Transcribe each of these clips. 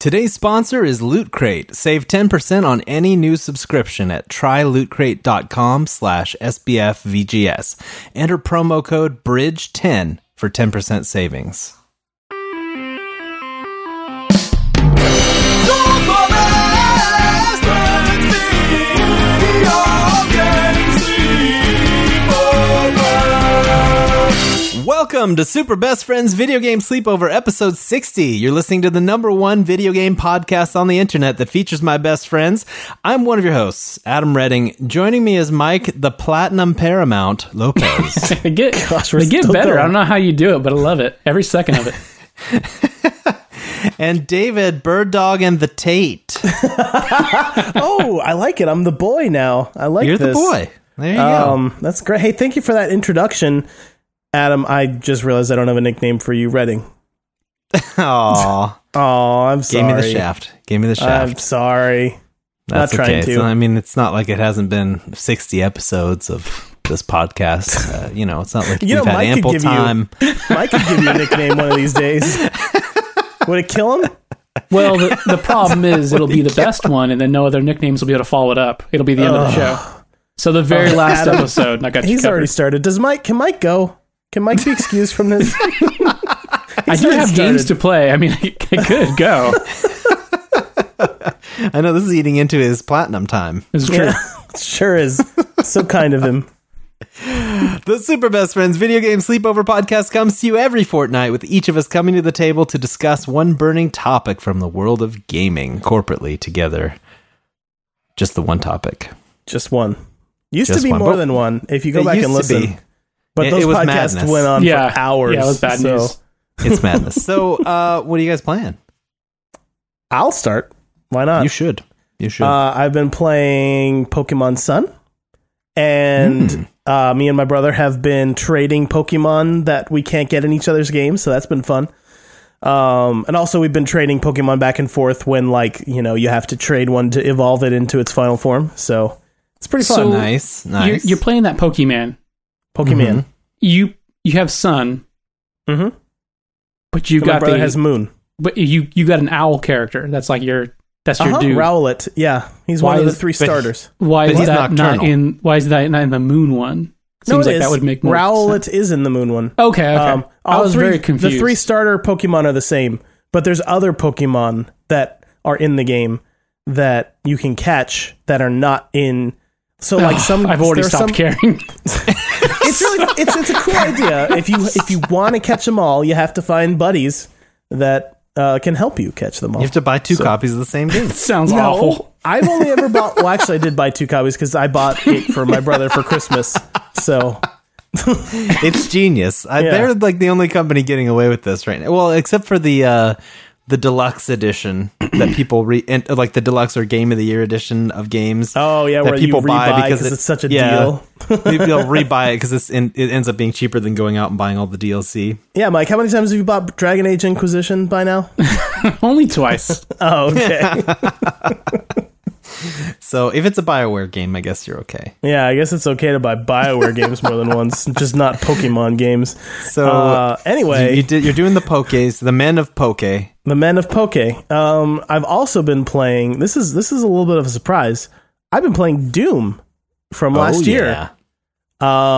Today's sponsor is Loot Crate. Save 10% on any new subscription at trylootcrate.com slash sbfvgs. Enter promo code BRIDGE10 for 10% savings. Welcome to Super Best Friends Video Game Sleepover, episode 60. You're listening to the number one video game podcast on the internet that features my best friends. I'm one of your hosts, Adam Redding. Joining me is Mike, the Platinum Paramount Lopez. They get, they get still better. going. I don't know how you do it, but I love it. Every second of it. and David, Bird Dog, and the Tate. Oh, I like it. I'm the boy now. I like You're the this. boy. There you go. Um, that's great. Hey, thank you for that introduction, Adam. I just realized I don't have a nickname for you, Redding. Aw. Oh, I'm sorry. Gave me the shaft. Gave me the I'm shaft. sorry. That's not trying okay. to. It's- I mean, it's not like it hasn't been 60 episodes of this podcast. Uh, you know, it's not like You know, we've had Mike could ample give you- time. I could give you a nickname one of these days. Would it kill him? Well, the, the problem is it'll be the best one, and then no other nicknames will be able to follow it up. It'll be the end of the show. So the very last Oh, Adam. episode, I got you He's covered. already started. Does Mike? Can Mike go? Can Mike be excused from this? I do already have games started. to play. I mean, I, could go. I know this is eating into his platinum time. It's true. sure is. So kind of him. The Super Best Friends Video Game Sleepover podcast comes to you every fortnight with each of us coming to the table to discuss one burning topic from the world of gaming corporately together. Just the one topic. Just one. Used Just to be one. more But- than one. If you go It back used and to listen, be. but It- those it was podcasts madness. went on Yeah. for hours. Yeah, it was bad so- news. It's madness. so, uh, what are you guys playing? I'll start. Why not? you should. You should. Uh, I've been playing Pokemon Sun, and Hmm. uh, me and my brother have been trading Pokemon that we can't get in each other's games, so that's been fun. Um, and also, we've been trading Pokemon back and forth when, like, you know, you have to trade one to evolve it into its final form. So it's pretty fun. So- nice. You're, Nice. you're playing that Pokemon. Pokemon. You you have Sun, Mm-hmm. hmm but you My got brother the has Moon. but you you got an owl character. That's like your that's your Uh-huh, dude. Rowlet. Yeah, he's Why one of the is- three but- starters. Why But is he's that not nocturnal. in? Why is that not in the moon one? No, Seems it like is. that would make more Rowlet sense. is in the Moon one. Okay, okay. Um, I all was three, very confused. The three starter Pokemon are the same, but there's other Pokemon that are in the game that you can catch that are not in. So like some, I've already there are stopped some- caring. It's really, it's it's a cool idea. If you if you want to catch them all, you have to find buddies that uh, can help you catch them all. you have to buy two copies of the same game. Sounds no, awful. I've only ever bought. Well, actually, I did buy two copies because I bought it for my brother for Christmas. So it's genius. I, Yeah. They're like the only company getting away with this right now. Well, except for the uh, the deluxe edition that people re and, uh, like the deluxe or game of the year edition of games. Oh, yeah, that where you rebuy 'cause it's such a deal. they'll rebuy it because it's in, it ends up being cheaper than going out and buying all the DLC. yeah, Mike, how many times have you bought Dragon Age Inquisition by now? Only twice. Oh, okay. So if it's a Bioware game, I guess you're okay. Yeah, I guess it's okay to buy Bioware games more than once, just not Pokemon games. So Uh, anyway, you, you did, you're doing the pokes, the men of poke. the Men of Poke. Um, I've also been playing. This is this is a little bit of a surprise. I've been playing Doom from last Oh, year yeah.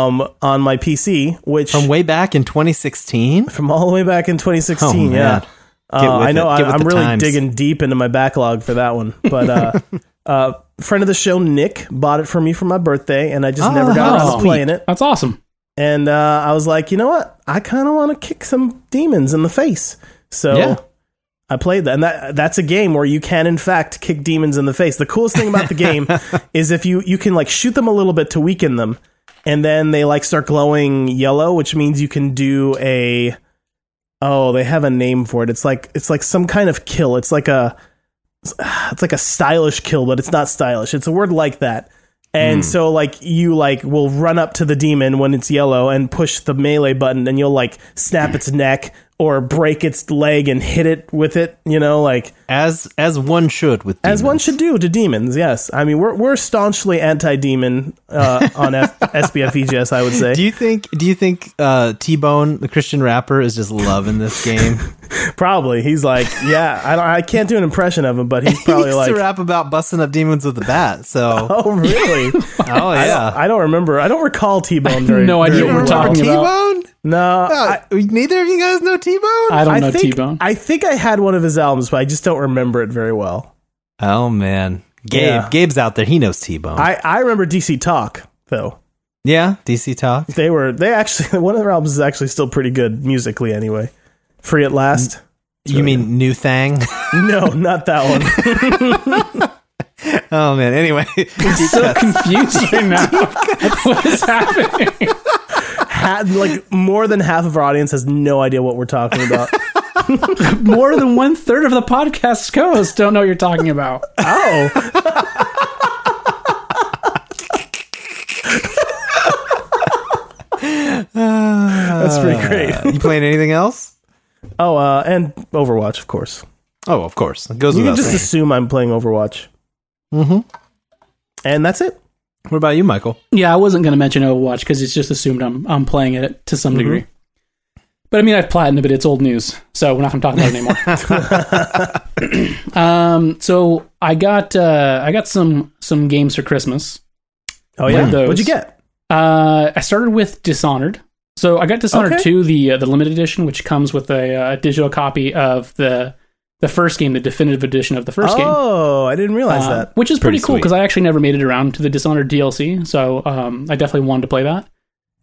um, on my PC, which from from, way back in 2016. all the way back in 2016. Oh, yeah, man. Get Uh, with I know it. Get I, with I'm the really times. digging deep into my backlog for that one. But uh, uh, friend of the show Nick bought it for me for my birthday, and I just Oh, never got how around to sweet. playing it. That's awesome. and uh, I was like, you know what? I kind of want to kick some demons in the face. So Yeah. I played that, and that that's a game where you can, in fact, kick demons in the face. The coolest thing about the game is if you you can like shoot them a little bit to weaken them, and then they like start glowing yellow, which means you can do a oh they have a name for it. It's like it's like some kind of kill. It's like a it's like a stylish kill, but it's not stylish. It's a word like that. And so like you like will run up to the demon when it's yellow and push the melee button and you'll like snap its neck or break its leg and hit it with it, you know, like as as one should with as one demons. should do to demons. Yes, I mean we're we're staunchly anti-demon uh, on F- SBFEGS. I would say Do you think? Do you think uh, T Bone, the Christian rapper, is just loving this game? probably he's like, yeah, I don't, I can't do an impression of him, but he's he probably used like, to rap about busting up demons with a bat. So, oh really? oh, yeah. I don't remember. I don't recall T-Bone very. no idea what very we're well. talking T about. Bone? No, I, Uh, neither of you guys know T Bone. I don't I know T think Bone. I think I had one of his albums, but I just don't remember it very well. oh man, Gabe. Yeah. Gabe's out there. He knows T Bone. I I remember DC Talk though. yeah, DC Talk. They were they actually one of their albums is actually still pretty good musically anyway. Free at last. You mean New Thang? No, not that one. oh man. Anyway, so confused right now. what is happening? Had, like more than half of our audience has no idea what we're talking about. More than one third of the podcast's co-hosts don't know what you're talking about. Oh, that's pretty great. Uh, you playing anything else? Oh, uh, and Overwatch, of course. Oh, of course. It goes You can without just saying. assume I'm playing Overwatch. Mm-hmm. And that's it. what about you, Michael? Yeah, I wasn't going to mention Overwatch because it's just assumed I'm I'm playing it to some degree. But I mean, I've platinumed it. It's old news, so we're not going to talk about it anymore. um, so I got uh, I got some some games for Christmas. Oh yeah, One of those. what'd you get? Uh, I started with Dishonored. So I got Dishonored Okay. 2, the uh, the limited edition, which comes with a uh, digital copy of the the first game, the definitive edition of the first game. Oh, I didn't realize Um, that. Which is Pretty pretty, cool sweet. because I actually never made it around to the Dishonored DLC, so um, I definitely wanted to play that.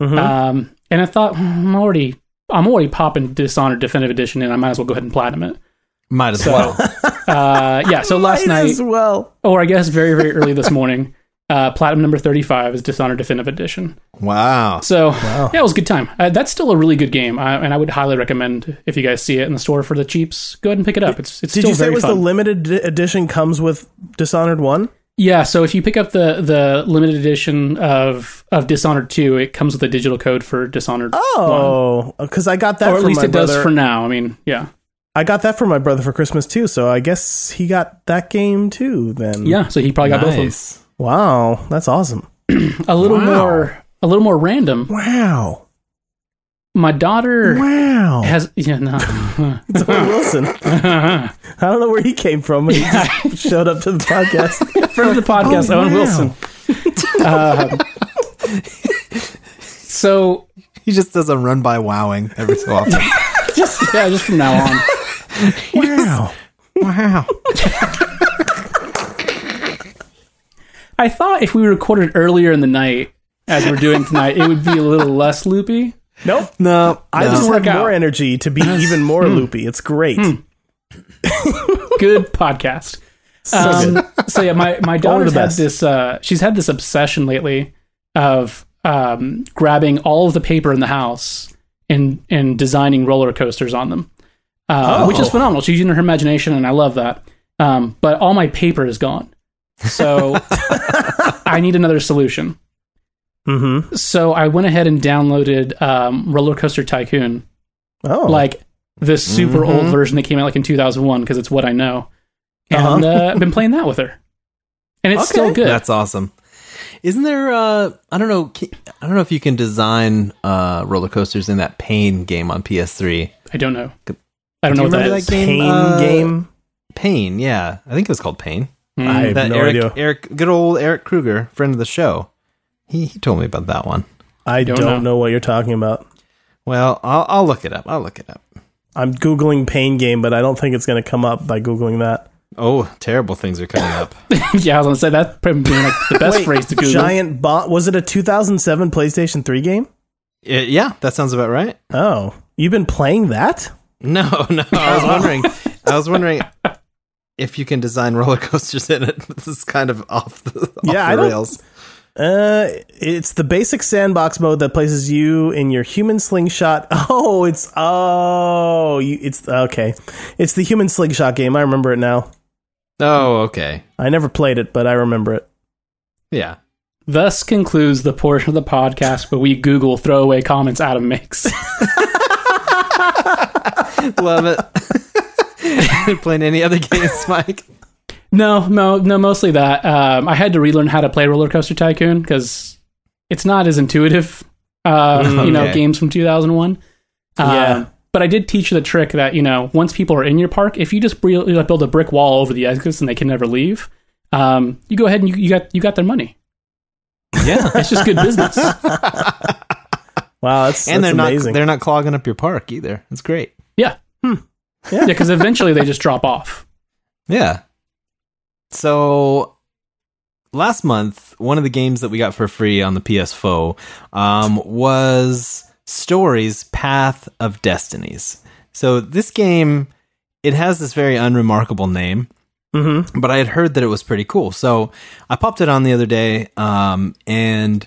Mhm. Um, and I thought "Hmm, I'm already I'm already popping Dishonored Definitive Edition, and I might as well go ahead and platinum it. Might as well. Uh, yeah, so last Might night, as well. or I guess very very early this morning, uh, platinum number 35 is Dishonored Definitive Edition. wow. So yeah, it was a good time. Uh, that's still a really good game, I, and I would highly recommend if you guys see it in the store for the cheaps, go ahead and pick it up. It's it's Did still you say it very was fun. the limited ed- edition comes with Dishonored One? Yeah, so if you pick up the the limited edition of of Dishonored two, it comes with a digital code for Dishonored. Oh, because I got that. or at from least my it does brother. for now. I mean, yeah, I got that for my brother for Christmas too. So I guess he got that game too. Then yeah. So he probably got both of Nice. Wow, that's awesome. them. A little Wow. more, a little more random. Wow. My daughter Wow. has yeah no. It's Owen Wilson. I don't know where he came from when he just showed up to the podcast. friend of the podcast, Oh, Owen wow. Wilson. Um, so He just does a run by wowing every so often. just yeah, just from now on. Wow. wow. I thought if we recorded earlier in the night, as we're doing tonight, it would be a little less loopy. Nope. No, I no. just Work have more out. Hmm. energy to be even more loopy. It's great. good podcast. So, um, so yeah, my my All the daughter's had best. this. Uh, she's had this obsession lately of um, grabbing all of the paper in the house and and designing roller coasters on them, uh, Oh. which is phenomenal. She's using her imagination, and I love that. Um, but all my paper is gone, so I need another solution. Mm-hmm. So I went ahead and downloaded um, Roller Coaster Tycoon, Oh, like the super old version that came out like in 2001 because it's what I know. And uh, been playing that with her. And it's still Okay. good. That's awesome. Isn't there? Uh, I don't know. ca- I don't know if you can design uh, roller coasters in that Pain game on PS3. I don't know. I don't Do you know what that remember is. that game? pain uh, game. Pain, yeah. I think it was called Pain. Hmm. I have that no Eric, idea. Eric, good old Eric Kruger, friend of the show. He he told me about that one. I don't, don't know. what you're talking about. Well, I'll I'll look it up. I'll look it up. I'm googling pain game, but I don't think it's going to come up by googling that. Oh, terrible things are coming up. yeah, I was gonna say that's probably been, like the best phrase to Google. Giant bot. Was it a 2007 PlayStation 3 game? Uh, yeah, that sounds about right. Oh, you've been playing that? No, no. I was wondering. I was wondering if you can design roller coasters in it. This is kind of off the off Yeah, I the don't- rails. Uh, it's the basic sandbox mode that places you in your human slingshot. Oh, it's oh, you, it's okay. It's the human slingshot game. I remember it now. Oh, okay. I never played it, but I remember it. Yeah. Thus concludes the portion of the podcast where we Google throwaway comments Adam makes. Love it. Playing any other games, Mike? No, no, no. Mostly that. Um, I had to relearn how to play Roller Coaster Tycoon because it's not as intuitive. Uh, You know, Okay. games from 2001. Um, Yeah. But I did teach the trick that you know, once people are in your park, if you just bre- like, build a brick wall over the exits and they can never leave, um, you go ahead and you, you got you got their money. Yeah, It's just good business. Wow, that's, and that's they're not amazing. they're not clogging up your park either. It's great. yeah, Hmm. Yeah. yeah. Because eventually they just drop off. Yeah. So last month, one of the games that we got for free on the PS4 um, was Stories Path of Destinies. So this game, it has this very unremarkable name. Mhm. but I had heard that it was pretty cool. So I popped it on the other day, um, and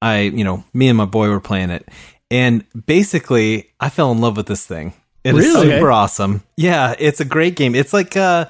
I, you know, me and my boy were playing it, and basically I fell in love with this thing. It is Really? super awesome. Yeah, it's a great game. It's like uh,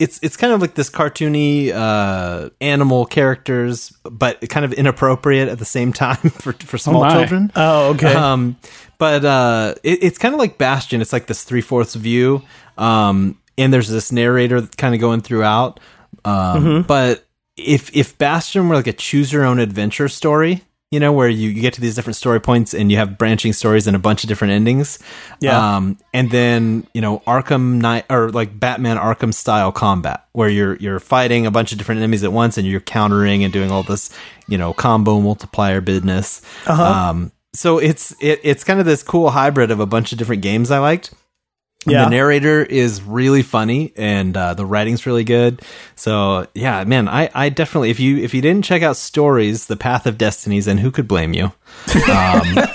it's it's kind of like this cartoony uh, animal characters, but kind of inappropriate at the same time for for small my. children. Oh, okay. Um, but uh, it, it's kind of like Bastion. It's like this three fourths view, um, and there's this narrator kind of going throughout. Um, Mm-hmm. But if if Bastion were like a choose your own adventure story, you know, where you, you get to these different story points and you have branching stories and a bunch of different endings. Yeah. Um, and then you know Arkham Knight or like Batman Arkham style combat, where you're you're fighting a bunch of different enemies at once and you're countering and doing all this you know combo multiplier business. Um, so it's it, it's kind of this cool hybrid of a bunch of different games I liked. And Yeah. The narrator is really funny, and uh, the writing's really good. So yeah, man, I, I definitely if you if you didn't check out Stories, The Path of Destinies, and who could blame you? Um,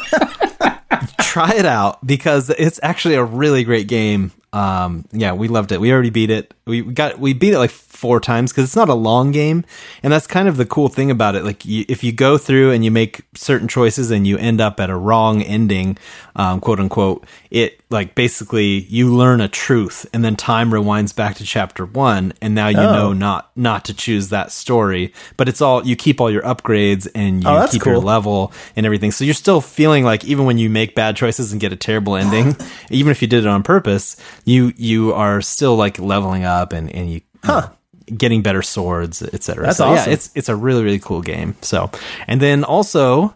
try it out because it's actually a really great game. Um, yeah, we loved it. We already beat it. We got we beat it like four times because it's not a long game, and that's kind of the cool thing about it. Like you, if you go through and you make certain choices and you end up at a wrong ending, um, quote unquote, it like basically you learn a truth, and then time rewinds back to chapter one, and now you Oh. know not not to choose that story. But it's all you keep all your upgrades and you Oh, that's keep cool. your level and everything. So you're still feeling like even when you make bad choices and get a terrible ending, even if you did it on purpose, you you are still like leveling up and and you. Huh. Getting better swords, etc. That's so, awesome. Yeah, it's it's a really really cool game. So, and then also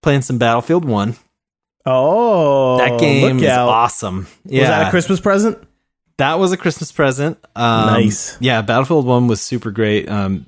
playing some Battlefield One. oh, That game look is out. awesome. Yeah, Was that a Christmas present? that was a Christmas present. Um, Nice. Yeah, Battlefield One was super great. Um,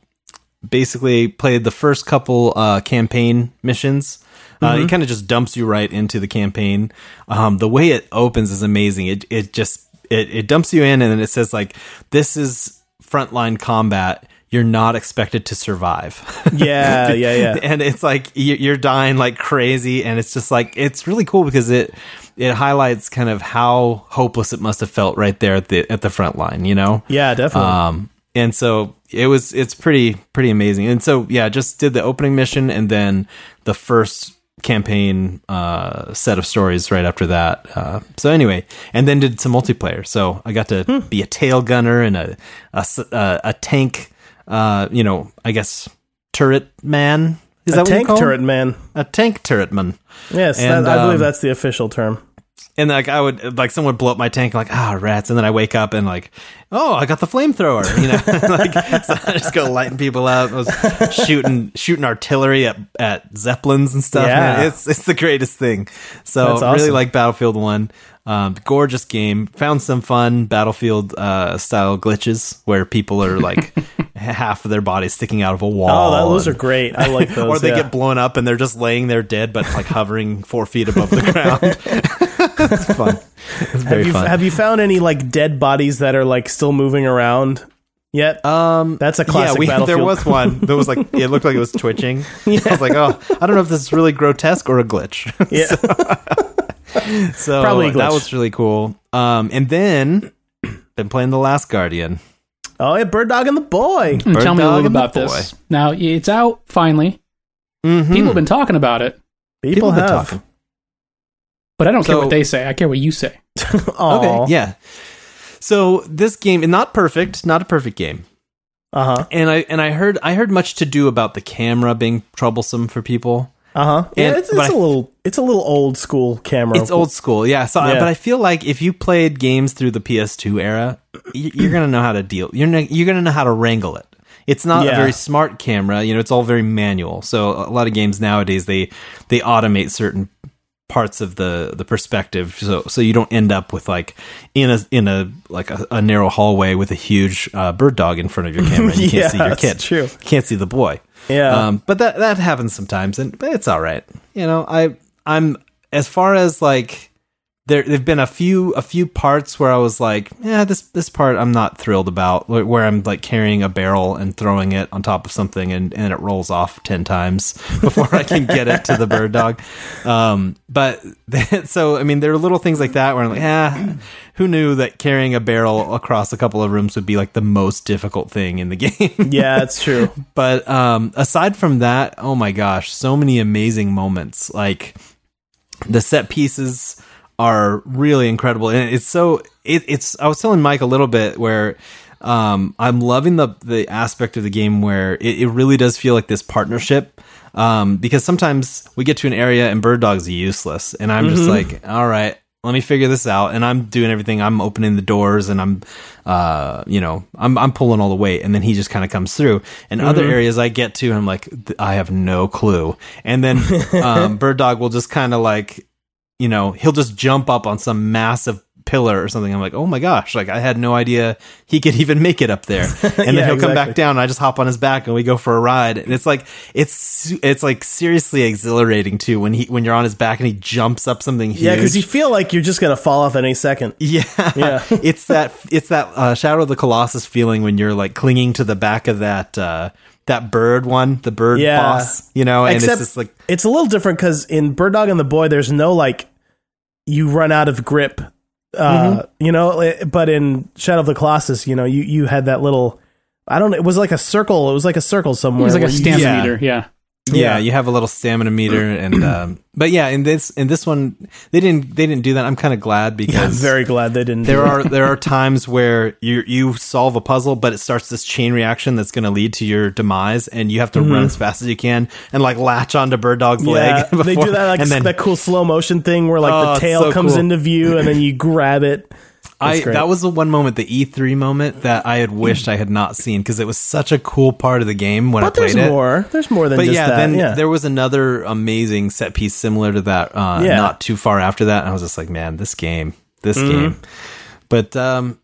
basically, played the first couple uh, campaign missions. Uh, Mm-hmm. It kind of just dumps you right into the campaign. Um, the way it opens is amazing. It it just it, it dumps you in, and then it says like, "This is frontline combat. You're not expected to survive." Yeah, yeah, yeah. and it's like you- you're dying like crazy and it's just like it's really cool because it it highlights kind of how hopeless it must have felt right there at the at the front line you know Yeah, definitely. um and so it was it's pretty pretty amazing and so yeah just did the opening mission and then the first campaign uh set of stories right after that uh so anyway and then did some multiplayer so i got to Hmm. be a tail gunner and a a, s- uh, a tank uh you know i guess turret man is a that what you tank call 'em? turret man. a tank turret man Yes, And, that, I believe um, that's the official term. and like I would like someone would blow up my tank like ah rats and then I wake up and like oh I got the flamethrower you know like so I just go lighting people up I was shooting shooting artillery at at zeppelins and stuff Yeah. man. it's it's the greatest thing so That's awesome. really like Battlefield One um, gorgeous game found some fun Battlefield uh, style glitches where people are like half of their body sticking out of a Oh, wall that, those are and- great. I like those. or they yeah. get blown up and they're just laying there dead, but like hovering four feet above the ground. it's fun. It's very have you, fun. have you found any like dead bodies that are like still moving around yet? um, That's a classic yeah, we, battlefield. there was one that was like it looked like it was twitching. I was like, oh, I don't know if this is really grotesque or a glitch. yeah. so Probably a glitch. that was really cool. Um, and then been playing The Last Guardian. oh, yeah, Bird Dog and the Boy. And tell me a dog and little the Hmm. about this. Now it's out finally. Mm-hmm. People have been talking about it, People, have been have. talking. but I don't care So- what they say. I care what you say. Aw. Okay, yeah. So this game, and not perfect, not a perfect game. Uh huh. and I and I heard I heard much to do about the camera being troublesome for people. Uh huh. Yeah, And- it's, but it's a I- little it's a little old school camera. It's old school, yeah. So, I Yeah. but I feel like if you played games through the PS2 era, y- you're gonna know how to deal. You're gonna, you're gonna know how to wrangle it. It's not a Yeah. very smart camera, you know. It's all very manual. So a lot of games nowadays they they automate certain parts of the the perspective, so so you don't end up with like in a in a like a, a narrow hallway with a huge uh, bird dog in front of your camera. And you can't Yeah, see your that's kid. true. Can't see the boy. Yeah. Um, but that that happens sometimes, and but it's all right. You know, I I'm as far as like there there've been a few a few parts where I was like, yeah, this this part I'm not thrilled about, where, where I'm like carrying a barrel and throwing it on top of something, and and it rolls off ten times before I can get it to the bird dog. Um, but that, so I mean, there are little things like that where I'm like, ah, who knew that carrying a barrel across a couple of rooms would be like the most difficult thing in the game? Yeah, it's true. but um, aside from that, oh my gosh, so many amazing moments. Like the set pieces are really incredible, and it's so it, it's. I was telling Mike a little bit where um, I'm loving the the aspect of the game where it, it really does feel like this partnership. Um, because sometimes we get to an area and bird dogs are useless, and I'm just like, all right, let me figure this out and i'm doing everything i'm opening the doors and i'm uh you know i'm i'm pulling all the weight and then he just kind of comes through and Mm-hmm. other areas i get to and i'm like "Th- i have no clue and then um bird dog will just kind of like you know he'll just jump up on some massive pillar or something i'm like oh my gosh like i had no idea he could even make it up there and then Yeah, he'll come back exactly. down and i just hop on his back and we go for a ride and it's like it's it's like seriously exhilarating too when he when you're on his back and he jumps up something huge Yeah, because you feel like you're just gonna fall off at any second. yeah, Yeah. it's that it's that uh, Shadow of the Colossus feeling when you're like clinging to the back of that uh, that bird one, the bird Yeah. boss, you know, and Except it's just like it's a little different because in Bird Dog and the Boy, there's no like you run out of grip, uh, Mm-hmm. you know. li- But in Shadow of the Colossus, you know, you you had that little. I don't. It was like a circle. It was like a circle somewhere. He's like a where you- stamina yeah. meter. Yeah. yeah, Yeah. you have a little stamina meter, and um, but yeah, in this in this one they didn't they didn't do that. I'm kind of glad I'm because very glad they didn't. there do are there are times where you you solve a puzzle, but it starts this chain reaction that's going to lead to your demise, and you have to run as fast as you can and like latch onto bird dog's Mm-hmm. Yeah, leg. Before, they do that like and then that cool slow motion thing where like Oh, the it's tail so comes cool. into view and then you grab it. I great. that was the one moment, the E3 moment that I had wished I had not seen because it was such a cool part of the game when But I played there's it. more. There's more than But just yeah, that. then yeah. there was another amazing set piece similar to that. Uh, Yeah. Not too far after that, and I was just like, man, this game, this Mm-hmm. game. But um,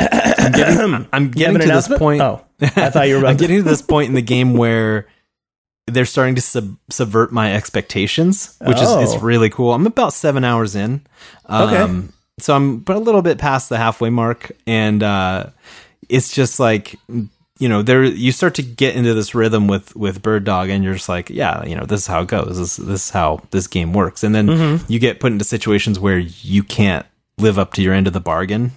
I'm getting, I'm you have getting an to this announcement. point. Oh, I thought you were I'm about to. getting to this point in the game where they're starting to sub- subvert my expectations, which Oh. is it's really cool. I'm about seven hours in, um, Okay. so I'm but a little bit past the halfway mark, and uh, it's just like you know there you start to get into this rhythm with with bird dog and you're just like yeah you know this is how it goes this this is how this game works and then you get put into situations where you can't live up to your end of the bargain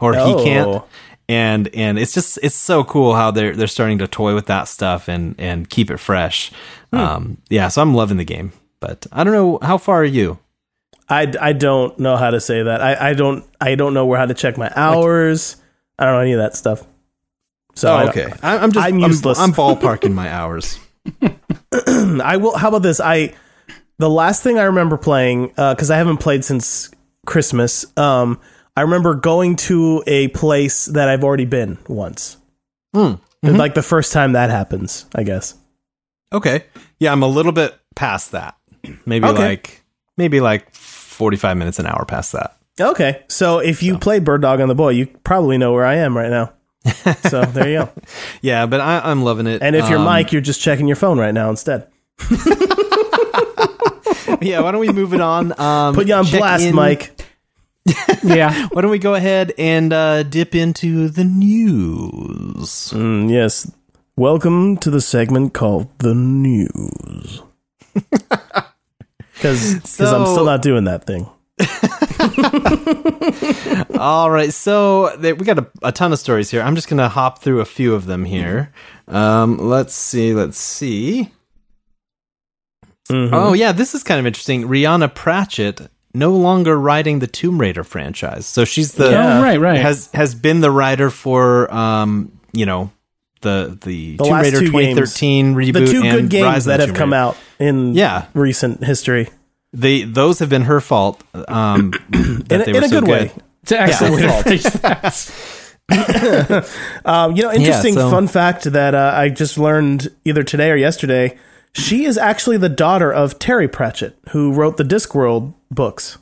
or he Oh. can't and and it's just it's so cool how they're they're starting to toy with that stuff and and keep it fresh um yeah so i'm loving the game but i don't know how far are you I, I don't know how to say that. I, I don't I don't know where how to check my hours. I don't know any of that stuff. So I don't- Oh, I, i'm just I'm useless. I'm ballparking my hours I will. How about this? I the last thing I remember playing because I haven't played since Christmas. Um, I remember going to a place that I've already been once. Hmm. Like the first time that happens, I guess. Okay. Yeah, I'm a little bit past that. Maybe Okay. like maybe like 45 minutes an hour past that. Okay, so if you play Bird Dog on the Boy, you probably know where I am right now. so there you go. Yeah, but I, I'm loving it. And if you're Um, Mike, you're just checking your phone right now instead. yeah, why don't we move it on? Um, Put you on check blast, in- Mike. Yeah. Why don't we go ahead and uh, dip into the news? Mm, yes. Welcome to the segment called the news. Because I'm So- still not doing that thing. All right, so there, we got a, a ton of stories here. I'm just gonna hop through a few of them here. Um, let's see, let's see. Oh yeah, this is kind of interesting. Rihanna Pratchett no longer writing the Tomb Raider franchise, so she's the Yeah. Oh, right, right. has has been the writer for um you know the the, The Tomb last Raider two games. 2013 reboot, the two and good games Rise of that the have Tomb come Raider. out in Yeah. recent history They those have been her fault. Um, that in, a- they were in a so good way. It's an excellent Yeah. fault. That's- Um, you know, interesting so- fun fact that uh, I just learned either today or yesterday. She is actually the daughter of Terry Pratchett, who wrote the Discworld books.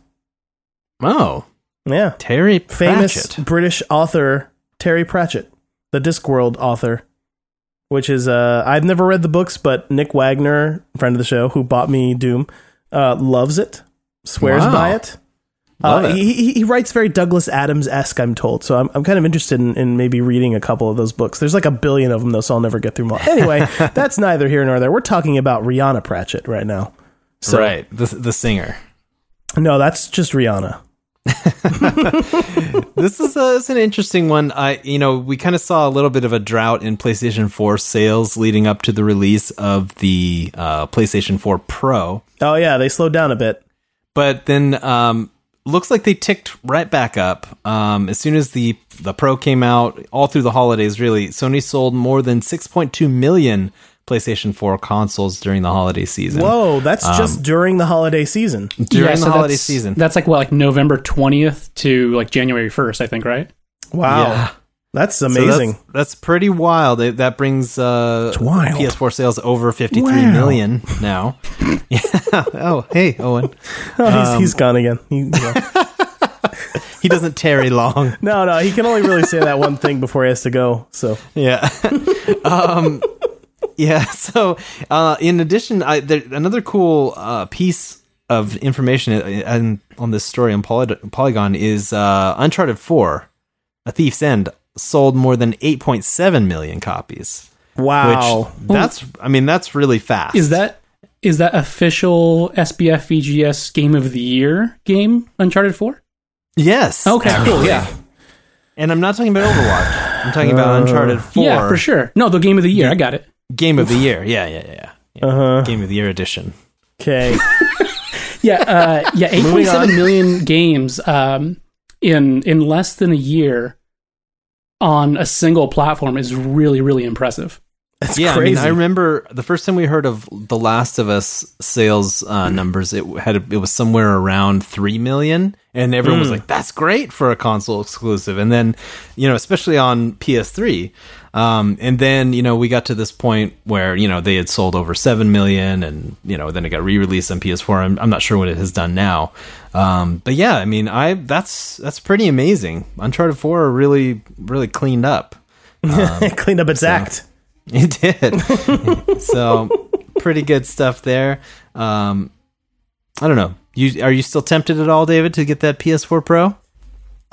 Oh, Yeah, Terry famous Pratchett. British author Terry Pratchett, the Discworld author, which is uh, I've never read the books, but Nick Wagner, friend of the show, who bought me Doom, uh, loves it, swears Wow. by it. Love uh, it. He, he- he writes very Douglas Adams esque, I'm told. So I'm, I'm kind of interested in, in maybe reading a couple of those books. There's like a billion of them, though, so I'll never get through them all. Anyway, that's neither here nor there. We're talking about Rihanna Pratchett right now. So, right, the the singer. No, that's just Rihanna. this is a, it's an interesting one. I you know we kind of saw a little bit of a drought in PlayStation 4 sales leading up to the release of the uh, PlayStation 4 Pro, Oh, yeah, they slowed down a bit. but then um, looks like they ticked right back up um, as soon as the the Pro came out. All through the holidays, really, Sony sold more than 6.2 million PlayStation 4 consoles during the holiday season. Whoa, that's Um, just during the holiday season. During yeah, the so holiday that's- season, That's like what, like November twentieth to like January first, I think, right? Wow. Yeah. That's So that's- amazing. That's, pretty wild. It- that brings uh, wild. PS4 sales over fifty three Wow. million now. yeah. Oh, hey, Owen. Oh, he's, um, he's gone again. He, you know. He doesn't tarry long. no, no, he can only really say that one thing before he has to go. So Yeah. um, yeah. So, uh, in addition, I, there, another cool uh, piece of information i- in- on this story on Poly- Polygon is uh, Uncharted 4, A Thief's End, sold more than 8.7 million copies. Which, wow, that's, I mean, that's really fast. Is that is that official SBF VGS Game of the Year game Uncharted Four? Yes. Okay, cool. Yeah, And I'm not talking about Overwatch. I'm talking about Uncharted 4. yeah, for sure. No, the Game of the Year. I got it. Game of the Year. Yeah, yeah, yeah. yeah. Uh-huh. Game of the Year edition. okay, Yeah, uh, yeah. Eight point Moving on. seven million games um, in in less than a year on a single platform is really really impressive. that's yeah, crazy. I mean, I remember the first time we heard of The Last of Us sales uh, Mm. numbers. It had it was somewhere around three million, and everyone Mm. was like, "That's great for a console exclusive." And then, you know, especially on PS3. Um, and then you know we got to this point where you know they had sold over seven million, and you know then it got re-released on PS4. I'm, I'm not sure what it has done now, um, but yeah, I mean, I that's that's pretty amazing. Uncharted Four really really cleaned up. Cleaned up its act. It did. so pretty good stuff there. Um, I don't know. You are you still tempted at all, David, to get that PS4 Pro?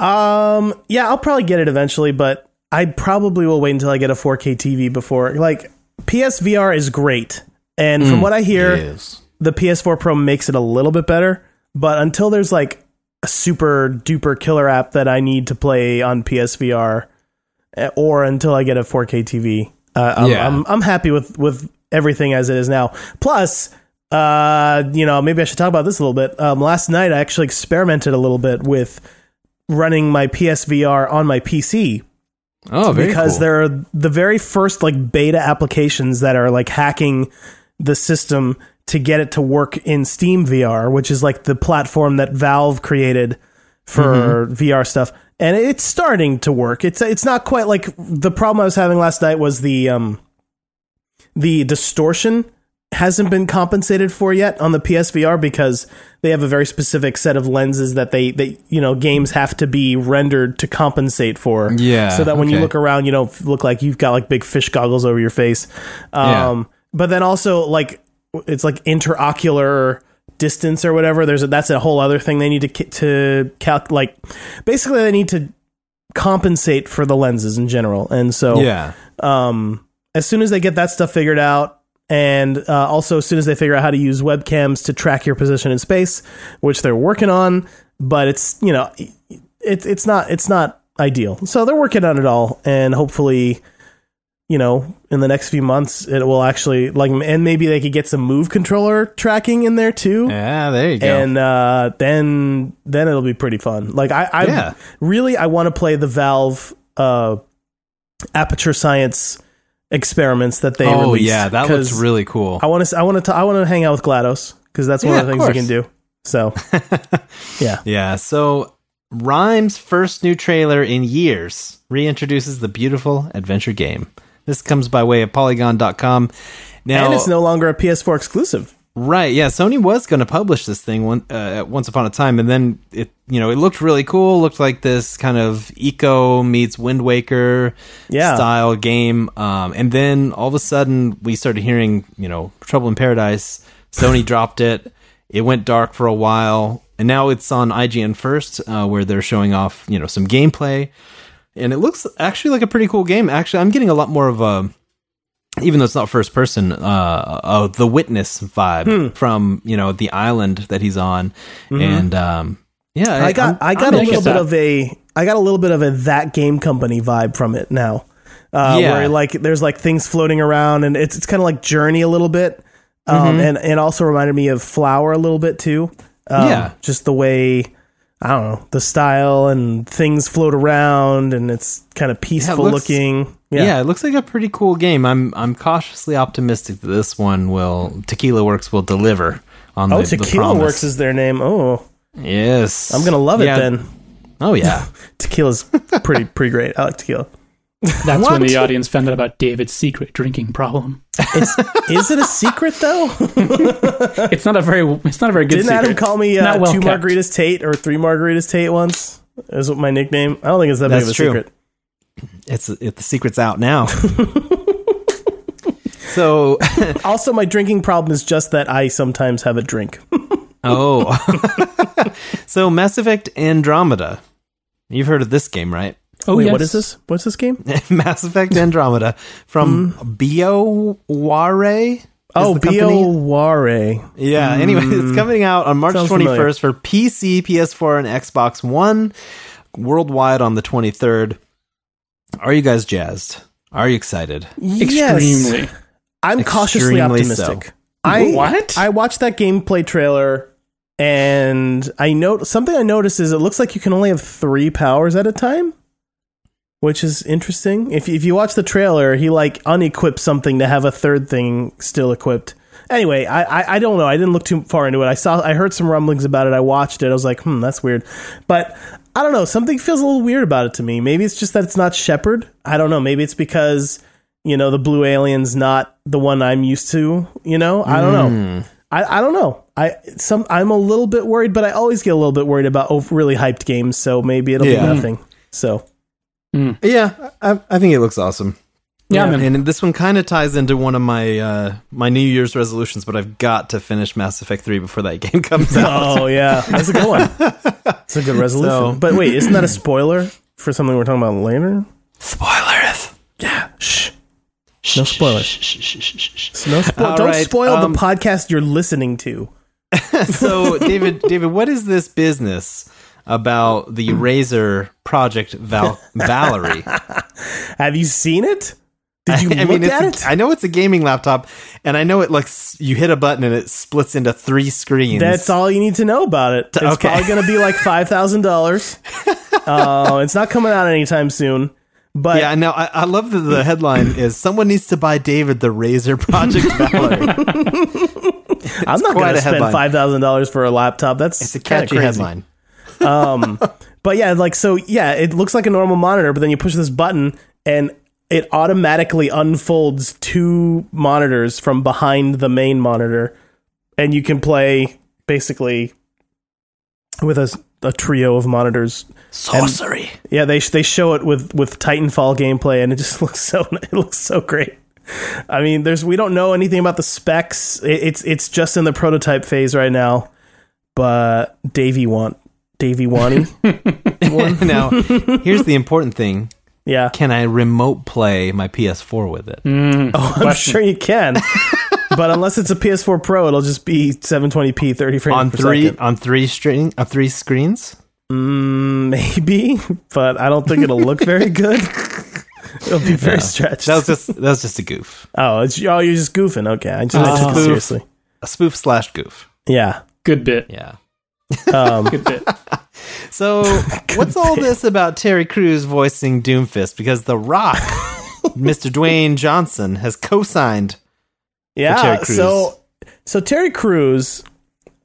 Um, yeah, I'll probably get it eventually, but I probably will wait until I get a 4K TV before. Like PSVR is great, and Mm, from what I hear, the PS4 Pro makes it a little bit better, but until there's like a super duper killer app that I need to play on PSVR, eh, or until I get a 4K TV, uh, I'm, Yeah. I'm I'm happy with with everything as it is now. Plus, uh, you know, maybe I should talk about this a little bit. Um, last night I actually experimented a little bit with running my PSVR on my PC Oh, very because cool. they're the very first like beta applications that are like hacking the system to get it to work in Steam VR, which is like the platform that Valve created for Mm-hmm. VR stuff. And it's starting to work. It's it's not quite like the problem I was having last night was the um the distortion hasn't been compensated for yet on the PSVR because they have a very specific set of lenses that they that you know games have to be rendered to compensate for. Yeah, So that when you okay. look around, you don't f- look like you've got like big fish goggles over your face. Yeah. Um, But then also like it's like interocular distance or whatever. There's a, that's a whole other thing they need to ca- to calc like basically they need to compensate for the lenses in general. And so yeah. um, as soon as they get that stuff figured out, and uh, also as soon as they figure out how to use webcams to track your position in space, which they're working on, but it's you know, it's it's not it's not ideal. So they're working on it all, and hopefully, you know, in the next few months, it will actually like, and maybe they could get some move controller tracking in there too Yeah, there you go. and uh, then then it'll be pretty fun. Like I, I Yeah. really I want to play the Valve uh, Aperture Science experiments that they oh released. yeah, that looks 'Cause really cool. I want to. I want to. I want to hang out with Glados because that's one Yeah, of the of things you course. can do. So yeah, yeah, so Rhyme's first new trailer in years reintroduces the beautiful adventure game. This comes by way of Polygon.com. Now and it's no longer a PS4 exclusive. Right. Yeah. Sony was going to publish this thing one, uh, at once upon a time, and then it, you know, it looked really cool. Looked like this kind of eco meets Wind Waker Yeah. style game. Um, and then all of a sudden, we started hearing, you know, Trouble in Paradise. Sony dropped it. It went dark for a while, and now it's on IGN first, uh, where they're showing off, you know, some gameplay, and it looks actually like a pretty cool game. Actually, I'm getting a lot more of a even though it's not first person, uh, uh, the witness Hmm. vibe from you know the island that he's on, and um, yeah, Mm-hmm. I got. i got a little interested. bit of a. I got a little bit of a that game company vibe from it now. Uh, Yeah. Where like there's like things floating around, and it's it's kind of like Journey a little bit, um, Mm-hmm. and and also reminded me of Flower a little bit too. Um, Yeah. Just the way. I don't know the style and things float around and it's kind of peaceful looks- looking. yeah. it looks like a pretty cool game. I'm I'm cautiously optimistic that this one will Tequila Works will deliver on Oh, the, the Tequila promise. Works is their name. Oh, yes, I'm gonna love it Yeah. then. Oh yeah, Tequila's pretty pretty great. I like tequila. That's when What? the audience found out about David's secret drinking problem. It's, is it a secret though? It's not a very it's not a very good Didn't secret. Adam call me uh, Not well two kept. margaritas Tate or three margaritas Tate once? Is what my nickname? I don't think it's that That's big of a true. secret. it's it, the secret's out now. so Also, my drinking problem is just that I sometimes have a drink. oh, so Mass Effect Andromeda. You've heard of this game, right? Oh, Wait, yes. what is this? What's this game? Mass Effect Andromeda from BioWare. is Oh, the company. BioWare. Yeah, anyway, it's coming out on March 21st Sounds familiar. for PC, PS4, and Xbox One worldwide on the 23rd. Are you guys jazzed? Are you excited? Yes. Extremely. I'm cautiously Extremely optimistic. so. I What? I watched that gameplay trailer and I note something I noticed is it looks like you can only have three powers at a time. Which is interesting. If if you watch the trailer, he like unequips something to have a third thing still equipped. Anyway, I, I I don't know. I didn't look too far into it. I saw I heard some rumblings about it. I watched it. I was like, hmm, that's weird. But I don't know. Something feels a little weird about it to me. Maybe it's just that it's not Shepard. I don't know. Maybe it's because you know the blue alien's not the one I'm used to. You know, I don't know. I, I don't know. I some I'm a little bit worried, but I always get a little bit worried about over really hyped games. So maybe it'll Yeah. be nothing. So Yeah, I, I think it looks awesome. Yeah, man. and this one kind of ties into one of my uh, my New Year's resolutions, but I've got to finish Mass Effect 3 before that game comes out. Oh yeah, that's a good one. It's a good resolution. So- but wait, isn't that a spoiler for something we're talking about later? Spoilers! Shh. No spoilers. No All spo- don't right, spoil um, the podcast you're listening to. so david david what is this business about Hmm. the razor project Val- valerie Have you seen it? Did you i look mean it's at a- it? i know it's a gaming laptop and i know it like s- you hit a button and it splits into three screens That's all you need to know about it. It's okay. probably going to be like five thousand dollars. uh, it's not coming out anytime soon. But yeah, I know. I, I love that the headline is "Someone needs to buy David the Razor Project Valerie." I'm not quite going a to spend headline. five thousand dollars for a laptop. That's It's a kinda catchy crazy. headline. But yeah, like so yeah, it looks like a normal monitor, but then you push this button and it automatically unfolds two monitors from behind the main monitor and you can play basically with a, s- a trio of monitors. Sorcery. Yeah, they sh- they show it with with Titanfall gameplay and it just looks so it looks so great. I mean, there's we don't know anything about the specs. It, it's it's just in the prototype phase right now. But Davey want Davey Wani. now, here's the important thing: Yeah. Can I remote play my PS4 with it? Hmm, I'm sure you can. but unless it's a PS4 Pro, it'll just be 720p 30 frames on per three second. on three string on three screens? Mm, maybe, but I don't think it'll look very good. It'll be very stretched. That was just that was just a goof, oh, it's, oh, you're just goofing. Okay, I just I took it Spoof. seriously. a spoof slash goof. Yeah. Good bit. Yeah. Um, Good bit. So what's all this about Terry Crews voicing Doomfist? Because The Rock Mr. Dwayne Johnson has co-signed. Yeah. Terry Crews. So so Terry Crews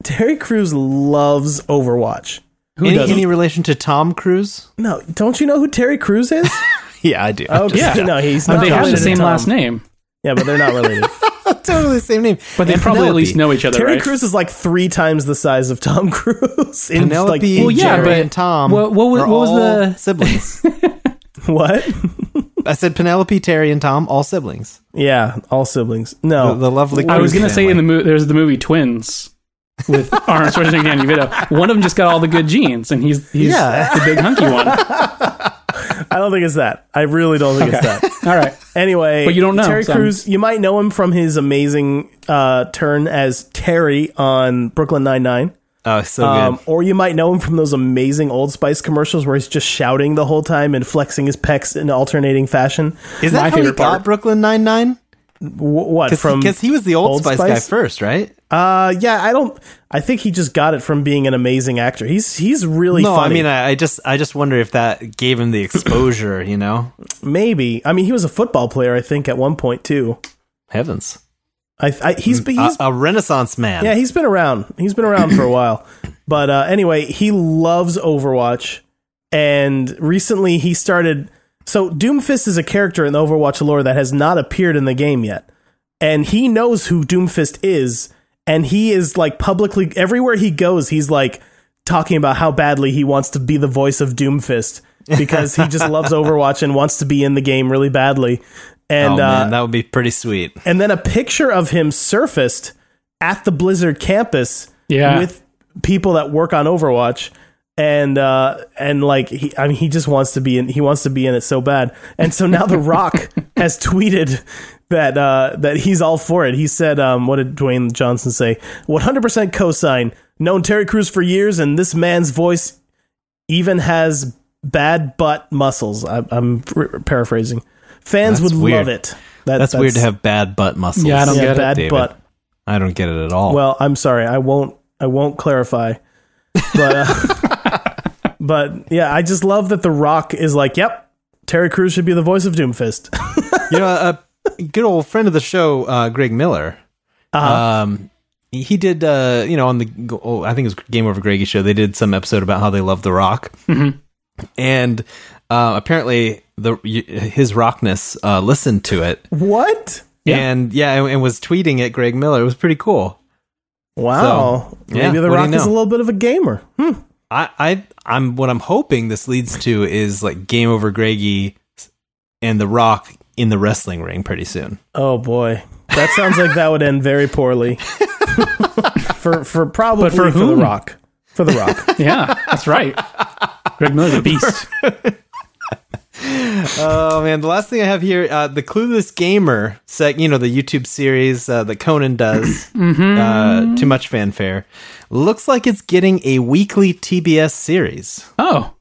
Terry Crews loves Overwatch. Who any, doesn't? any relation to Tom Cruise? No, don't you know who Terry Crews is? Yeah, I do. Oh, I'm Okay. just- Yeah. No, he's but not they have the related to same Tom. last name. yeah, but they're not related. totally the same name. But they And probably at Penelope. least know each other, Terry right? Crews is like three times the size of Tom Cruise. in Penelope, Well, yeah, Jerry, but- and Tom. Wha- what was- are what was all the- siblings? like what? I said Penelope, Terry, and Tom, all siblings. Yeah, all siblings. No, The- the lovely I was Crews gonna say family. in the movie, there's the movie Twins with Arnold Schwarzenegger and Danny Vito. One of them just got all the good genes, and he's he's Yeah. the big hunky one. All I don't think it's that. I really don't think it's that. right, Anyway, But you don't know, Terry so- Crews. You might know him from his amazing uh, turn as Terry on Brooklyn Nine Nine, Oh, so um, good. or you might know him from those amazing Old Spice commercials where he's just shouting the whole time and flexing his pecs in alternating fashion. Is that my how he favorite part. got Brooklyn Nine Nine? W- what from? Because he was the Old, Spice, guy first, right? Uh, yeah, I don't. I think he just got it from being an amazing actor. He's he's really No, funny. I mean, I, I just, I just wonder if that gave him the exposure. you know, maybe. I mean, he was a football player, I think, at one point too. heavens, I, I he's a, he's a Renaissance man. Yeah, he's been around. He's been around for a while. But uh, anyway, he loves Overwatch, and recently he started. So Doomfist is a character in the Overwatch lore that has not appeared in the game yet, and he knows who Doomfist is, and he is like publicly everywhere he goes, he's like talking about how badly he wants to be the voice of Doomfist because he just loves Overwatch and wants to be in the game really badly. And oh uh, man, that would be pretty sweet. and then a picture of him surfaced at the Blizzard campus Yeah. with people that work on Overwatch and uh and like he I mean he just wants to be in he wants to be in it so bad. And so now The Rock has tweeted that uh that he's all for it. He said um what did Dwayne Johnson say? 100% cosign. Known Terry Crews for years and this man's voice even has bad butt muscles. I, I'm r- paraphrasing. Fans That's would weird. love it. That- That's, weird to have bad butt muscles. Yeah, I don't yeah, get it, bad David. butt. I don't get it at all. Well, I'm sorry. I won't. I won't clarify. But uh, but yeah, I just love that The Rock is like, yep, Terry Crews should be the voice of Doomfist. you know, a a good old friend of the show, uh, Greg Miller. Um, he did, uh, you know, on the oh, I think it was Game Over Greggy show. They did some episode about how they love The Rock, and uh, apparently the his rockness uh, listened to it what? Yeah. and yeah, and, and was tweeting at Greg Miller. It was pretty cool. Wow. So, yeah, Maybe The what do Rock you is a know? little bit of a gamer. Hmm. I, I, I'm what I'm hoping this leads to is like Game Over Greggy and The Rock in the wrestling ring pretty soon. Oh boy, that sounds like that would end very poorly. for for probably for for The whom? Rock. For The Rock. yeah, that's right. Greg Miller's a beast. Oh man, the last thing I have here, uh, the Clueless Gamer, sec, you know the YouTube series uh, that Conan does, uh, too much fanfare. Looks like it's getting a weekly TBS series, Oh,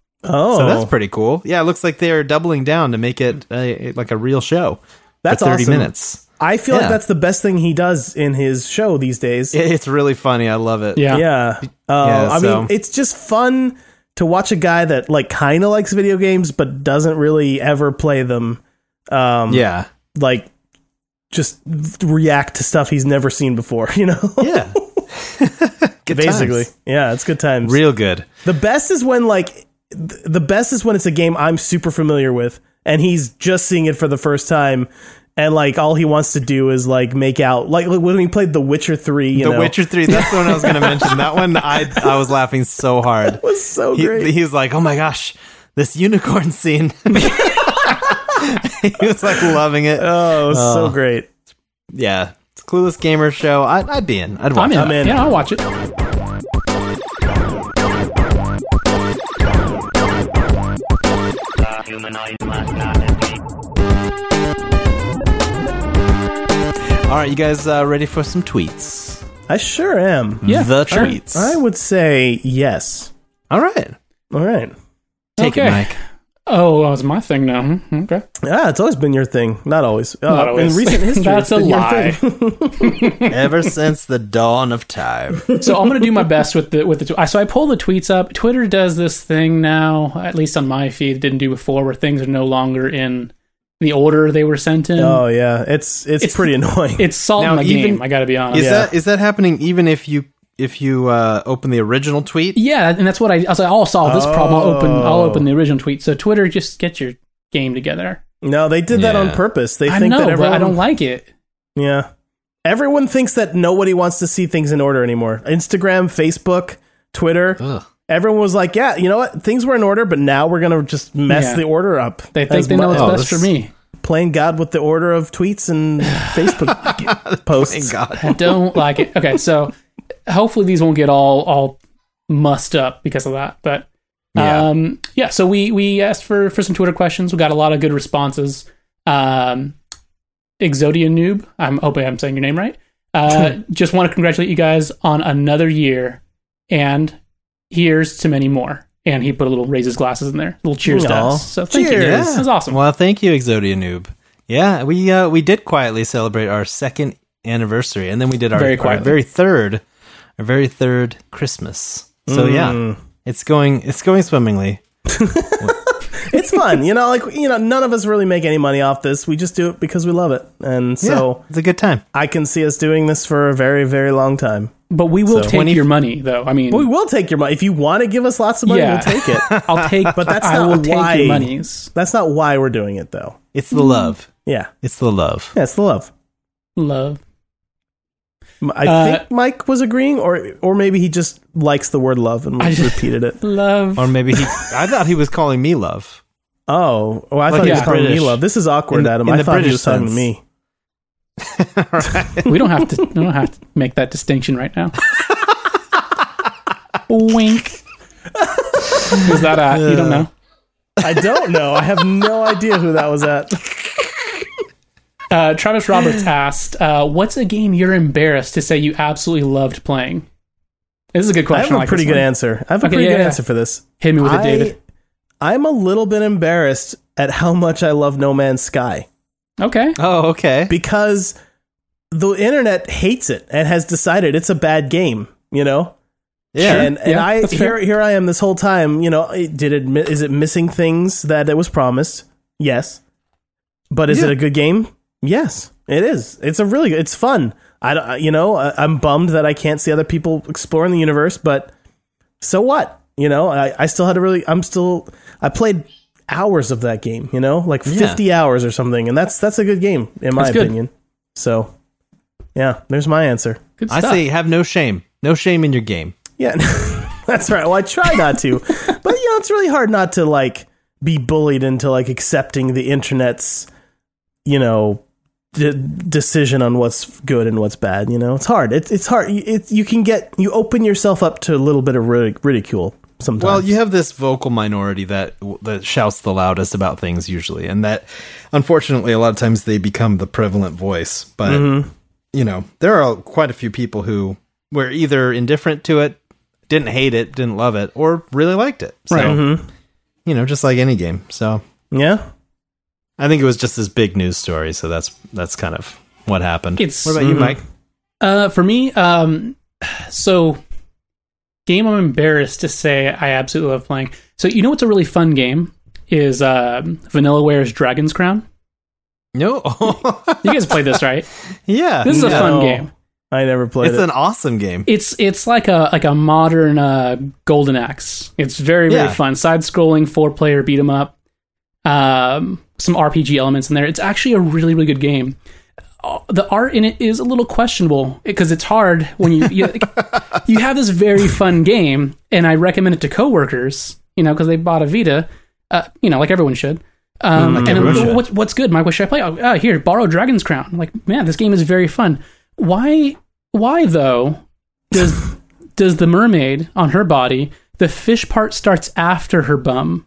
Oh, so that's pretty cool. Yeah, it looks like they're doubling down to make it uh, like a real show. That's for thirty awesome. minutes. I feel yeah. like that's the best thing he does in his show these days. It- It's really funny. I love it. yeah. yeah. Uh, Yeah, I so- mean, it's just fun to watch a guy that like kind of likes video games but doesn't really ever play them. Um, yeah, like just react to stuff he's never seen before. You know, yeah. Good basically, times. yeah, it's good times. real good. the best is when like th- the best is when it's a game I'm super familiar with and he's just seeing it for the first time. And like all he wants to do is like make out like like, when we played The Witcher Three, you The know, Witcher Three. That's the one I was going to mention. That one, I I was laughing so hard. was so great. he, he was like, "Oh my gosh, this unicorn scene." he was like loving it. oh, it was so great. yeah, it's a clueless gamer show. I, I'd be in. I'd watch. I'm in. I'm in. Yeah, I'll watch it. humanoid must not escape. it. All right, you guys uh, ready for some tweets? I sure am. Yeah, the sure. tweets. I would say yes. All right, All right. take Okay. it, Mike. Oh, that was my thing now. Hmm, Okay. Yeah, Ah, it's always been your thing. Not always. Uh, Not always. In recent history, That's a it's been your lie. thing. Ever since the dawn of time, so I'm gonna do my best with the with the. Tw- I- so I pull the tweets up. Twitter does this thing now, at least on my feed, it didn't do before, where things are no longer in the order they were sent in. Oh yeah, it's it's, It's- pretty annoying. It's solved Now, my even- game. I got to be honest. Is Yeah. that is that happening even if you if you uh, open the original tweet? and that's what I. I was like, I'll solve this problem. I'll open. I'll Oh. open the original tweet. So Twitter, just get your game together. no, they did that on Yeah. purpose. They I think know, that but everyone I don't like it. Yeah. Everyone thinks that nobody wants to see things in order anymore. Instagram, Facebook, Twitter. Ugh. Everyone was like, yeah, you know what? Things were in order, but now we're going to just mess Yeah. the order up. They think As they know what's mu- oh, best for this- me. Playing God with the order of tweets and Facebook posts. Thank God. I don't like it. Okay, so hopefully these won't get all all mussed up because of that. But Yeah. um, yeah, so we we asked for for some Twitter questions. We got a lot of good responses. Um, Exodia noob, I'm hoping I'm saying your name right. Uh, just want to congratulate you guys on another year, and here's to many more. And he put a little raises glasses in there, little cheers to Aw. us. So thank you. Cheers. That was awesome. Well, thank you, Exodia Noob. Yeah, we uh, we did quietly celebrate our second anniversary, and then we did our our Very quietly. very third, our very third Christmas. So Mm. yeah, it's going it's going swimmingly. It's fun. You know, like, you know, none of us really make any money off this. We just do it because we love it. And so Yeah, it's a good time. I can see us doing this for a very, very long time. but we will take 20 your money, though. I mean, We will take your money. If you want to give us lots of money, Yeah. we'll take it. I'll take. But that's I not will take why- your monies. That's not why we're doing it, though. It's the love. Yeah. It's the love. Yeah, it's the love. Love. M- I Uh, think Mike was agreeing, or or maybe he just likes the word love and I just- repeated it. Love. Or maybe he. I thought he was calling me love. Oh, oh I Like thought he in was the calling me British- love. This is awkward, in the- Adam. in I the thought British he was talking to sense. me. we don't have to we don't have to make that distinction right now. Wink. Was that uh, you don't know? I don't know. I have no idea who that was at. Uh, Travis Roberts asked, uh, "What's a game you're embarrassed to say you absolutely loved playing?" This is a good I question. have a like pretty this good one. answer. I have a Okay, pretty yeah, good yeah. answer for this. Hit me with it, David. I, I'm a little bit embarrassed at how much I love No Man's Sky. Okay. Oh, okay. because the internet hates it and has decided it's a bad game. You know, Yeah. and and Yeah, I that's fair. here here I am this whole time. You know, it- did it mi- is it missing things that it was promised? Yes, but is Yeah. it a good game? Yes, it is. It's a really good. It's fun. I don't- you know I, I'm bummed that I can't see other people exploring the universe, but so what? You know, I, I still had a really I'm still I played hours of that game. You know, like 50 hours or something, and that's that's a good game in my That's good. opinion. So, yeah, there's my answer. Good I stuff. say have no shame. No shame in your game. Yeah, that's right. Well, I try not to, but you know, it's really hard not to like be bullied into like accepting the internet's, you know, d- decision on what's good and what's bad. You know, it's hard. It's it's hard. You- It, you can get you open yourself up to a little bit of ridic- ridicule sometimes. Well, you have this vocal minority that that shouts the loudest about things usually, and that unfortunately a lot of times they become the prevalent voice. But Mm-hmm. you know, there are quite a few people who were either indifferent to it, didn't hate it, didn't love it, or really liked it. So, Right. you know, just like any game. So, Mm-hmm. yeah. I think it was just this big news story. So that's that's kind of what happened. Mm-hmm. It's- what about you, Mike? Uh, for me, um, so game I'm embarrassed to say I absolutely love playing. So you know what's a really fun game is um VanillaWare's Dragon's Crown. No, You guys played this, right? yeah, This is a No. fun No. game. I never played It's it. an awesome game. It's it's like a like a modern uh, Golden Axe. It's very very Yeah. fun. Side scrolling four player beat 'em up. Um, some RPG elements in there. It's actually a really really good game. Uh, The art in it is a little questionable because it's hard when you you, you have this very fun game, and I recommend it to coworkers. You know, because they bought a Vita. Uh, you know, like everyone should. Mm, Um, and everyone then, should. what's what's good, Mike? What should I play? Oh, uh, here, borrow Dragon's Crown. I'm like, man, this game is very fun. Why? Why though? Does does the mermaid on her body? The fish part starts after her bum.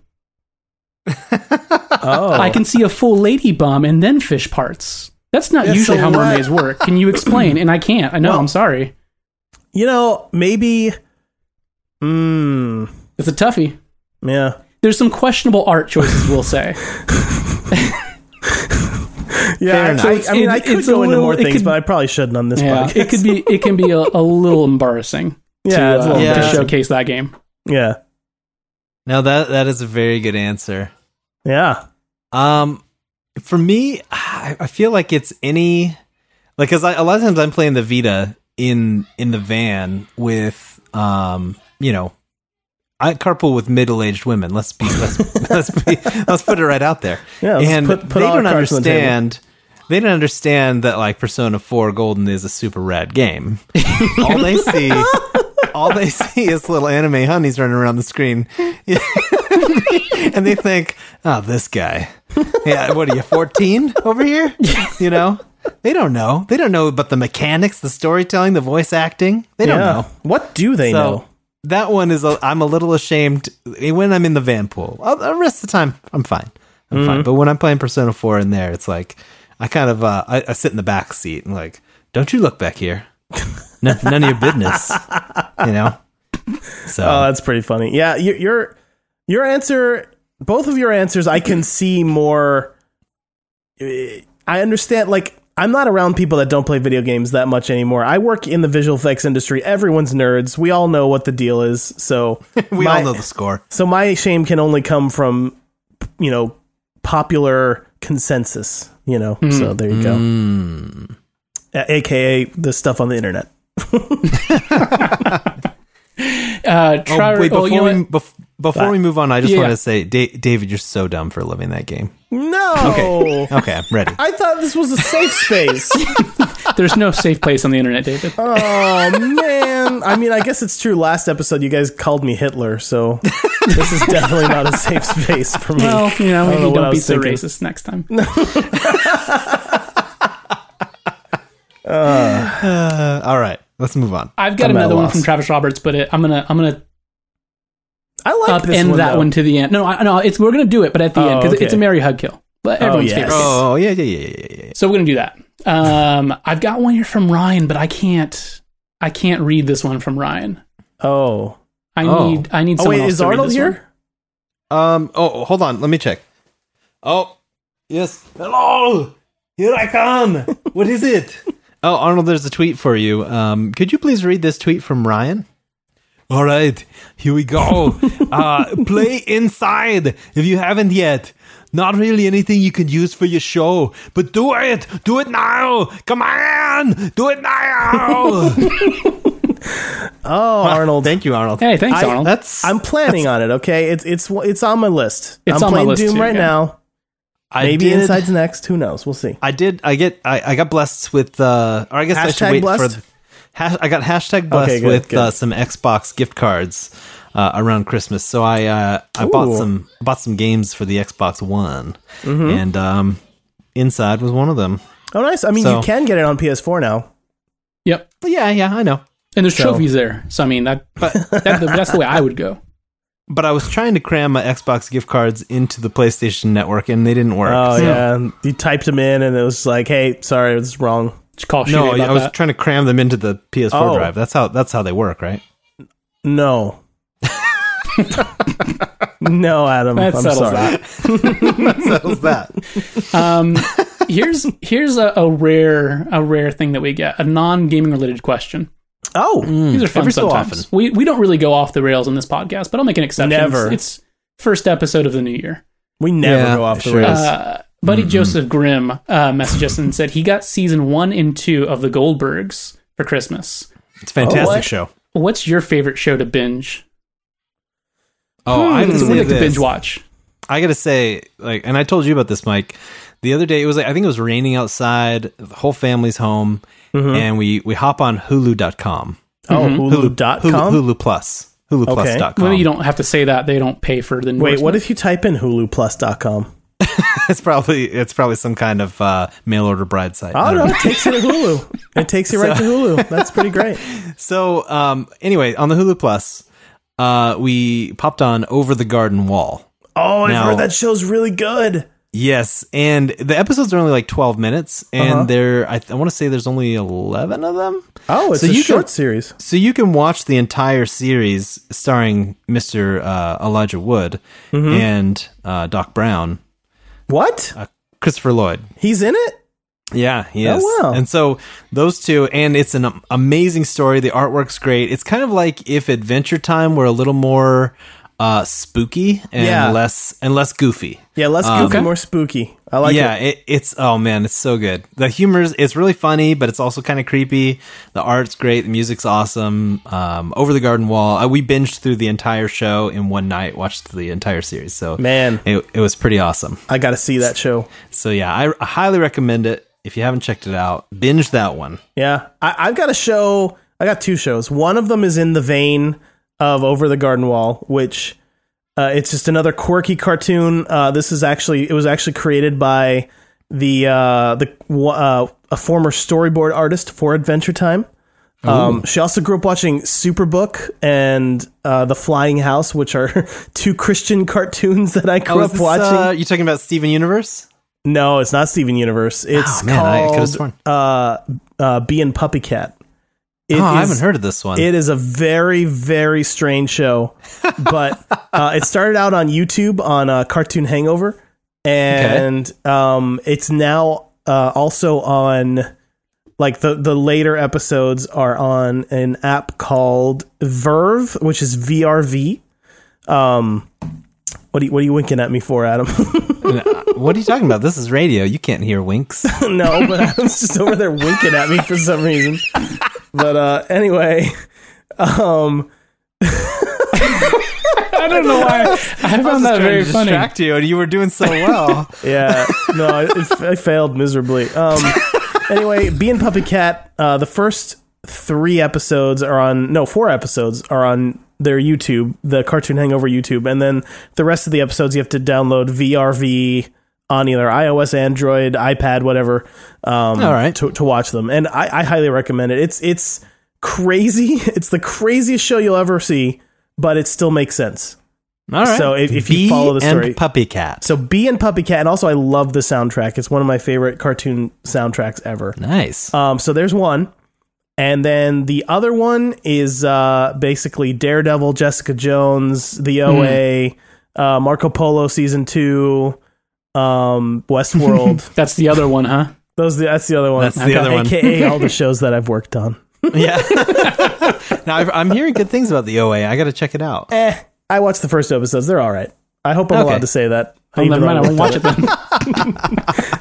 oh, I can see a full lady bum and then fish parts. That's not usually so how what? mermaids work. Can you explain? And I can't. I know. Well- I'm sorry. you know, maybe. Mm, It's a toughie. yeah. There's some questionable art choices, we'll say. Yeah, Fair actually, enough. I mean, I It's- could it's a go into little- more it things, could- but I probably shouldn't on this Yeah, podcast. it could be. It can be a, a little embarrassing. Yeah, to, uh, it's a little to embarrassing. showcase that game. yeah, Now that that is a very good answer. yeah. Um, for me, I, I feel like it's any like because a lot of times I'm playing the Vita in in the van with um you know I carpool with middle aged women. Let's be let's let's be let's put it right out there. Yeah, let's and put- put they all don't our cards on the table. understand. They don't understand that like Persona Four Golden is a super rad game. all they see, all they see is little anime honeys running around the screen, and they think, "Oh, this guy." yeah, what are you, 14 over here? You know? They don't know. They don't know about the mechanics, the storytelling, the voice acting. They don't know. What do they So know? that one is, a, I'm a little ashamed when I'm in the van pool. I'll, the rest of the time, I'm fine. I'm Mm-hmm. fine. But when I'm playing Persona 4 in there, it's like, I kind of, uh, I, I sit in the back seat and like, don't you look back here. none, none of your business. You know? So, Oh, that's pretty funny. Yeah, your your your answer, both of your answers, I can see more. eh, I understand. Like, I'm not around people that don't play video games that much anymore. I work in the visual effects industry. Everyone's nerds. We all know what the deal is. So we my- all know the score. So my shame can only come from, you know, popular consensus. You know. Hmm. So there you go. A- AKA the stuff on the internet. Uh, Oh, Trevor, wait, well, before, you know we, what? bef- before we move on, I just Yeah. want to say, da- David, you're so dumb for loving that game. No. Okay, I'm ready. I thought this was a safe space. there's no safe place on the internet, David. Oh man! I mean, I guess it's true. Last episode, you guys called me Hitler, so this is definitely not a safe space for me. Well, you know, maybe know don't, what I be was so thinking. racist next time. Uh, all right, let's move on. I've got I'm at a another one loss. from Travis Roberts, but it, I'm gonna I'm gonna I like this upend one, that though. one to the end. No, I, no, it's we're gonna do it, but at the Oh, end because okay. it's a Mary Hug Kill. But everyone's yes. favorite. Oh yeah, yeah, yeah, yeah, yeah, yeah. So we're gonna do that. Um, I've got one here from Ryan, but I can't I can't read this one from Ryan. Oh, I Oh. need I need oh someone wait, else is to read Arnold this one. here? Um. Oh, hold on. Let me check. Oh, yes. Hello. Here I come. what is it? Oh, Arnold, there's a tweet for you. Um, could you please read this tweet from Ryan? All right, here we go. uh, play inside if you haven't yet. Not really anything you can use for your show, but do it. Do it now. Come on. Do it now. Oh, Arnold, Thank you, Arnold. Hey, thanks, I- Arnold. That's I'm planning on it. Okay, it's it's it's on my list. It's I'm on my playing list, Doom too, right yeah. now. I Maybe did- Inside's next. Who knows? We'll see. I did. I get. I, I got blessed with. Uh, or I guess I should Hashtag wait blessed? for. Hash, I got hashtag blessed Okay, good, with good. Uh, some Xbox gift cards uh, around Christmas. So I uh, I bought Ooh. Mm-hmm. some bought some games for the Xbox One, and um, Inside was one of them. Oh, nice. I mean, So- you can get it on PS4 now. Yep. But yeah, yeah, I know. And there's So- trophies there. So I mean that, that that's the way I would go. But I was trying to cram my Xbox gift cards into the PlayStation Network, and they didn't work. Oh So- yeah, you typed them in, and it was like, hey, sorry, it's wrong. Just call No, shitty about I was that. trying to cram them into the PS4 Oh. drive. That's how that's how they work, right? No. no, Adam. That I'm settles sorry. that. That was that. Um, here's here's a, a rare a rare thing that we get a non gaming related question. Oh, These are fun every so sometimes. often. We we don't really go off the rails on this podcast, but I'll make an exception. Never. It's, it's first episode of the new year. we never Yeah, go off the sure. rails. Uh, Buddy Joseph Grimm uh, messaged us and said he got season one and two of The Goldbergs for Christmas. It's a Oh, fantastic What? show. What's your favorite show to binge? Oh, I It's didn't one say like to this. binge watch. I gotta say, like, and I told you about this, Mike. The other day, it was like I think it was raining outside. The whole family's home, and we we hop on Hulu.com, oh, Hulu, Hulu.com. Hulu Plus, Hulu Okay. Plus.com. Maybe you don't have to say that. They don't pay for the. Wait, what endorsement. if you type in HuluPlus.com? It's probably it's probably some kind of uh, mail order bride site. I Oh don't no, know. it takes you to Hulu. It takes you right to Hulu. That's pretty great. So, um, anyway, on the Hulu Plus, uh, we popped on Over the Garden Wall. Oh, I've Now- heard that show's really good. Yes, and the episodes are only like twelve minutes, and there I, I want to say there's only eleven of them. Oh, it's So a you short can- series. So you can watch the entire series starring Mr. Uh, Elijah Wood Mm-hmm. and uh, Doc Brown, What? Christopher Lloyd. He's in it? Yeah, he is. Oh, wow. And so those two, and it's an am- amazing story. The artwork's great. It's kind of like if Adventure Time were a little more uh, spooky and Yeah. less and less goofy. Yeah, less goofy, Okay. more spooky. I like Um, yeah, it. it. it's oh man, it's so good. The humor's it's really funny, but it's also kind of creepy. The art's great, the music's awesome. Um, Over the Garden Wall, uh, we binged through the entire show in one night, watched the entire series. So Man. it, it was pretty awesome. I got to see that show. So yeah, I, I highly recommend it. If you haven't checked it out, binge that one. Yeah, I, I've got a show. I got two shows. One of them is in the vein of Over the Garden Wall, which uh, it's just another quirky cartoon. Uh, this is actually it was actually created by the uh, the uh, a former storyboard artist for Adventure Time. Um, she also grew up watching Superbook and uh, The Flying House, which are two Christian cartoons that I grew Oh, is up this, watching. uh, you talking about Steven Universe? no, it's not Steven Universe. It's Oh, man, I called could've sworn. Uh, uh, Bee and Puppy Cat. It oh, I is- haven't heard of this one. it is a very, very strange show, but uh, it started out on YouTube on uh, Cartoon Hangover, and um, it's now uh, also on like the the later episodes are on an app called Verve, which is VRV. Um, what are you, what are you winking at me for, Adam? Uh, what are you talking about? This is radio. You can't hear winks. no, but I was just over there winking at me for some reason. But uh, anyway, um. I don't know why. I found that Trying very to funny. distract you, and you were doing so well. Yeah, no, I, it- I failed miserably. Um, anyway, being Puppy Cat, uh, the first three episodes are on, no, four episodes are on their YouTube, the Cartoon Hangover YouTube, and then the rest of the episodes you have to download VRV on either iOS, Android, iPad, whatever, um, All right. to, to watch them. And I, I highly recommend it. It's it's crazy. It's the craziest show you'll ever see, but it still makes sense. All right. So if- if you follow the and story- Puppy Cat. So Bee and Puppy Cat, and also I love the soundtrack. It's one of my favorite cartoon soundtracks ever. nice. Um, so there's one, and then the other one is uh, basically Daredevil, Jessica Jones, The Hmm. OA, uh, Marco Polo season two, um, Westworld. That's the other one, huh? Those that's the other one. That's the Okay. other one. AKA all the shows that I've worked on. yeah. now I've, I'm hearing good things about the OA. I got to check it out. Eh, I watched the first episodes. They're all right. I hope I'm Okay. allowed to say that. Oh, even never though mind. I I won't worked on watch it then.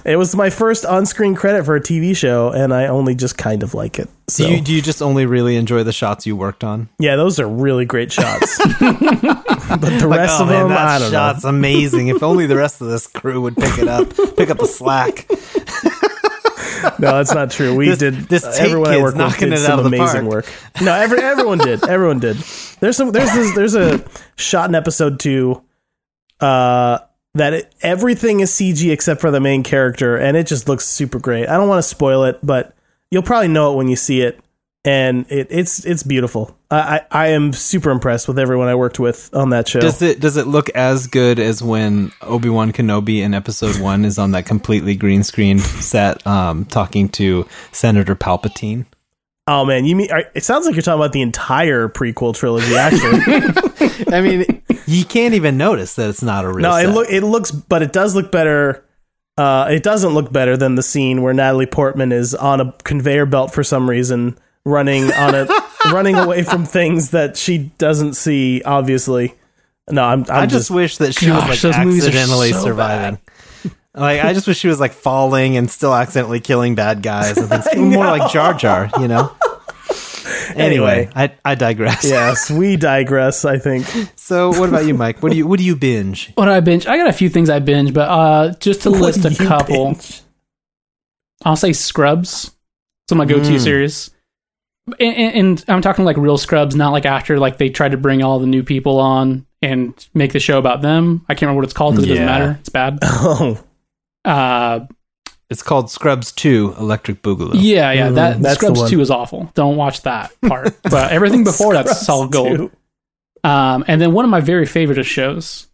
it. It was my first on-screen credit for a TV show, and I only just kind of like it. So. Do you do you just only really enjoy the shots you worked on? Yeah, those are really great shots. but the rest oh of man, them, I that don't shot's amazing. If only the rest of this crew would pick it up, pick up the slack. know. No, that's not true. We This- did. uh, this Tate everyone I kid's worked with knocking did it some out of the amazing park. work. No, every, everyone did. Everyone did. There's some. There's this, there's a shot in episode two, uh, that it, everything is CG except for the main character, and it just looks super great. I don't want to spoil it, but you'll probably know it when you see it, and it, it's it's beautiful. I, I I am super impressed with everyone I worked with on that show. Does it does it look as good as when Obi Wan Kenobi in Episode One is on that completely green screen set, um, talking to Senator Palpatine? Oh man, you mean are- it sounds like you're talking about the entire prequel trilogy? Actually, I mean, you can't even notice that it's not a real. no, it set. look it looks, but it does look better. Uh, it doesn't look better than the scene where Natalie Portman is on a conveyor belt for some reason, running on a running away from things that she doesn't see. Obviously, no, I'm, I'm I just, just wish that she Gosh, was those like movies are accidentally so surviving. Like I just wish she was like falling and still accidentally killing bad guys and things. More like Jar Jar, you know. Anyway, Anyway. I, I digress. yes. We digress. I think So what about you, Mike? What do you what do you binge? What do I binge? I got a few things I binge, but uh, just to What list a do you couple, binge? I'll say Scrubs. It's my Hmm. go-to series, and, and, and I'm talking like real Scrubs, not like after like they tried to bring all the new people on and make the show about them. I can't remember what it's called because it doesn't Yeah. matter. It's bad. Oh, Uh, It's called Scrubs Two: Electric Boogaloo. yeah, yeah. That Mm, that's the Scrubs one. Two is awful. Don't watch that part. But everything before that's Scrubs solid gold. too. Um, and then one of my very favorite shows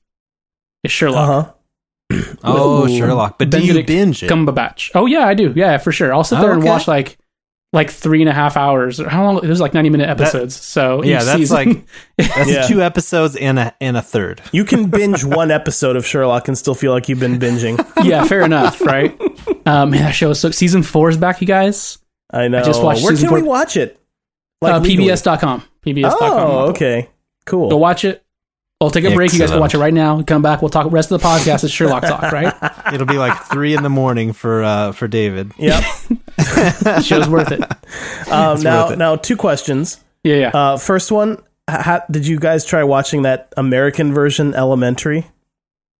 is Sherlock. Uh-huh. Oh, Ooh. Sherlock. But do you Benedict binge it? Cumberbatch. Oh yeah, I do. Yeah, for sure. I'll sit Oh, there and okay. watch like like three and a half hours. Or how long? There's like ninety minute episodes. so yeah, each that's season- like- That's Yeah. two episodes and a and a third. You can binge one episode of Sherlock and still feel like you've been binging. yeah, fair enough, right? Um, man, that show is so. Season four is back, you guys. I know. just watched Where season can we four- watch it? Uh, legally. Oh, PBS.com. PBS.com. Oh, okay. Cool. Go watch it. We'll take a break. You guys Excellent. can watch it right now. We Come back. We'll talk rest of the podcast. It's Sherlock Talk, right? It'll be like three in the morning for uh, for David. Yep. The show's worth it. Um, now, worth it. now two questions. Yeah, yeah. Uh, first one, h- how, did you guys try watching that American version Elementary?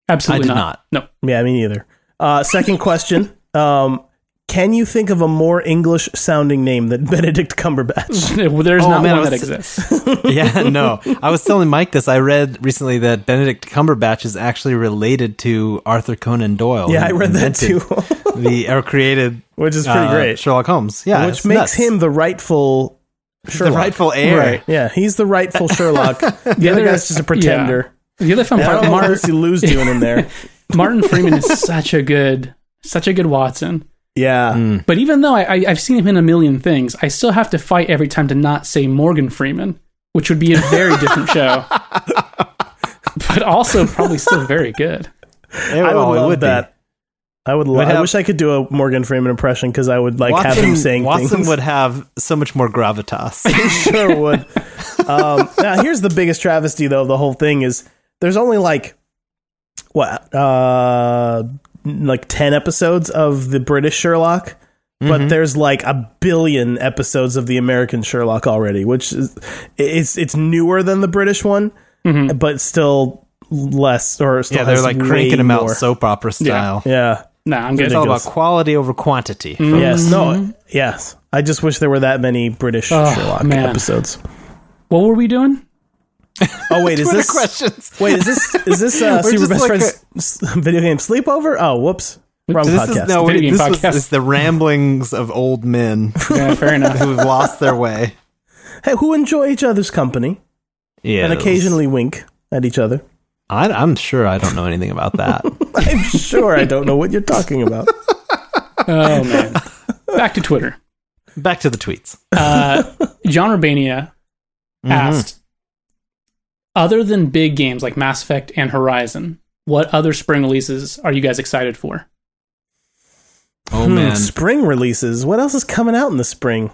Absolutely I did No. Yeah, me neither. Uh, second question, um, can you think of a more English sounding name than Benedict Cumberbatch? There's Oh, not man, I was- one that exists. yeah, no. I was telling Mike this. I read recently that Benedict Cumberbatch is actually related to Arthur Conan Doyle. yeah, I who read that too, invented the or created which is pretty uh, great. Sherlock Holmes. Yeah, which it's makes nuts. him the rightful the Sherlock. rightful heir. Right. yeah, he's the rightful Sherlock. the other other- guy's just a pretender. The other fun I part, don't know what Martin, Lucy Lou's doing in there. Martin Freeman is such a good, such a good Watson. Yeah. But even though I, I, I've seen him in a million things, I still have to fight every time to not say Morgan Freeman, which would be a very different show. But also probably still very good. It- I would oh, it love would be. that. I would love. I have- wish I could do a Morgan Freeman impression because I would like have him saying Watson things. would have so much more gravitas. sure would. Um, now here's the biggest travesty though. of The whole thing is there's only like what uh like ten episodes of the British Sherlock, Mm-hmm. but there's like a billion episodes of the American Sherlock already, which is it's it's newer than the British one, but still less or Mm-hmm. still yeah, they're has like way cranking him out more. soap opera style. yeah. Nah, I'm good. It's all about Ridiculous. Mm. quality over quantity. Yes. No. Yes. I just wish there were that many British Oh, Sherlock man. episodes. What were we doing? Oh wait, is Twitter this questions. wait is this is this uh, We're Super just Best like Friends s- video game sleepover? Oh, whoops, wrong This podcast. is no, Video wait, game this was, podcast. it's the ramblings of old men Yeah, fair enough. who've lost their way. hey, who enjoy each other's company Yeah, and occasionally wink at each other? I, I'm sure I don't know anything about that. I'm sure I don't know what you're talking about. Oh, man. Back to Twitter. Back to the tweets. uh, John Urbania Mm-hmm. asked, other than big games like Mass Effect and Horizon, what other spring releases are you guys excited for? Oh Hmm, man, spring releases. What else is coming out in the spring?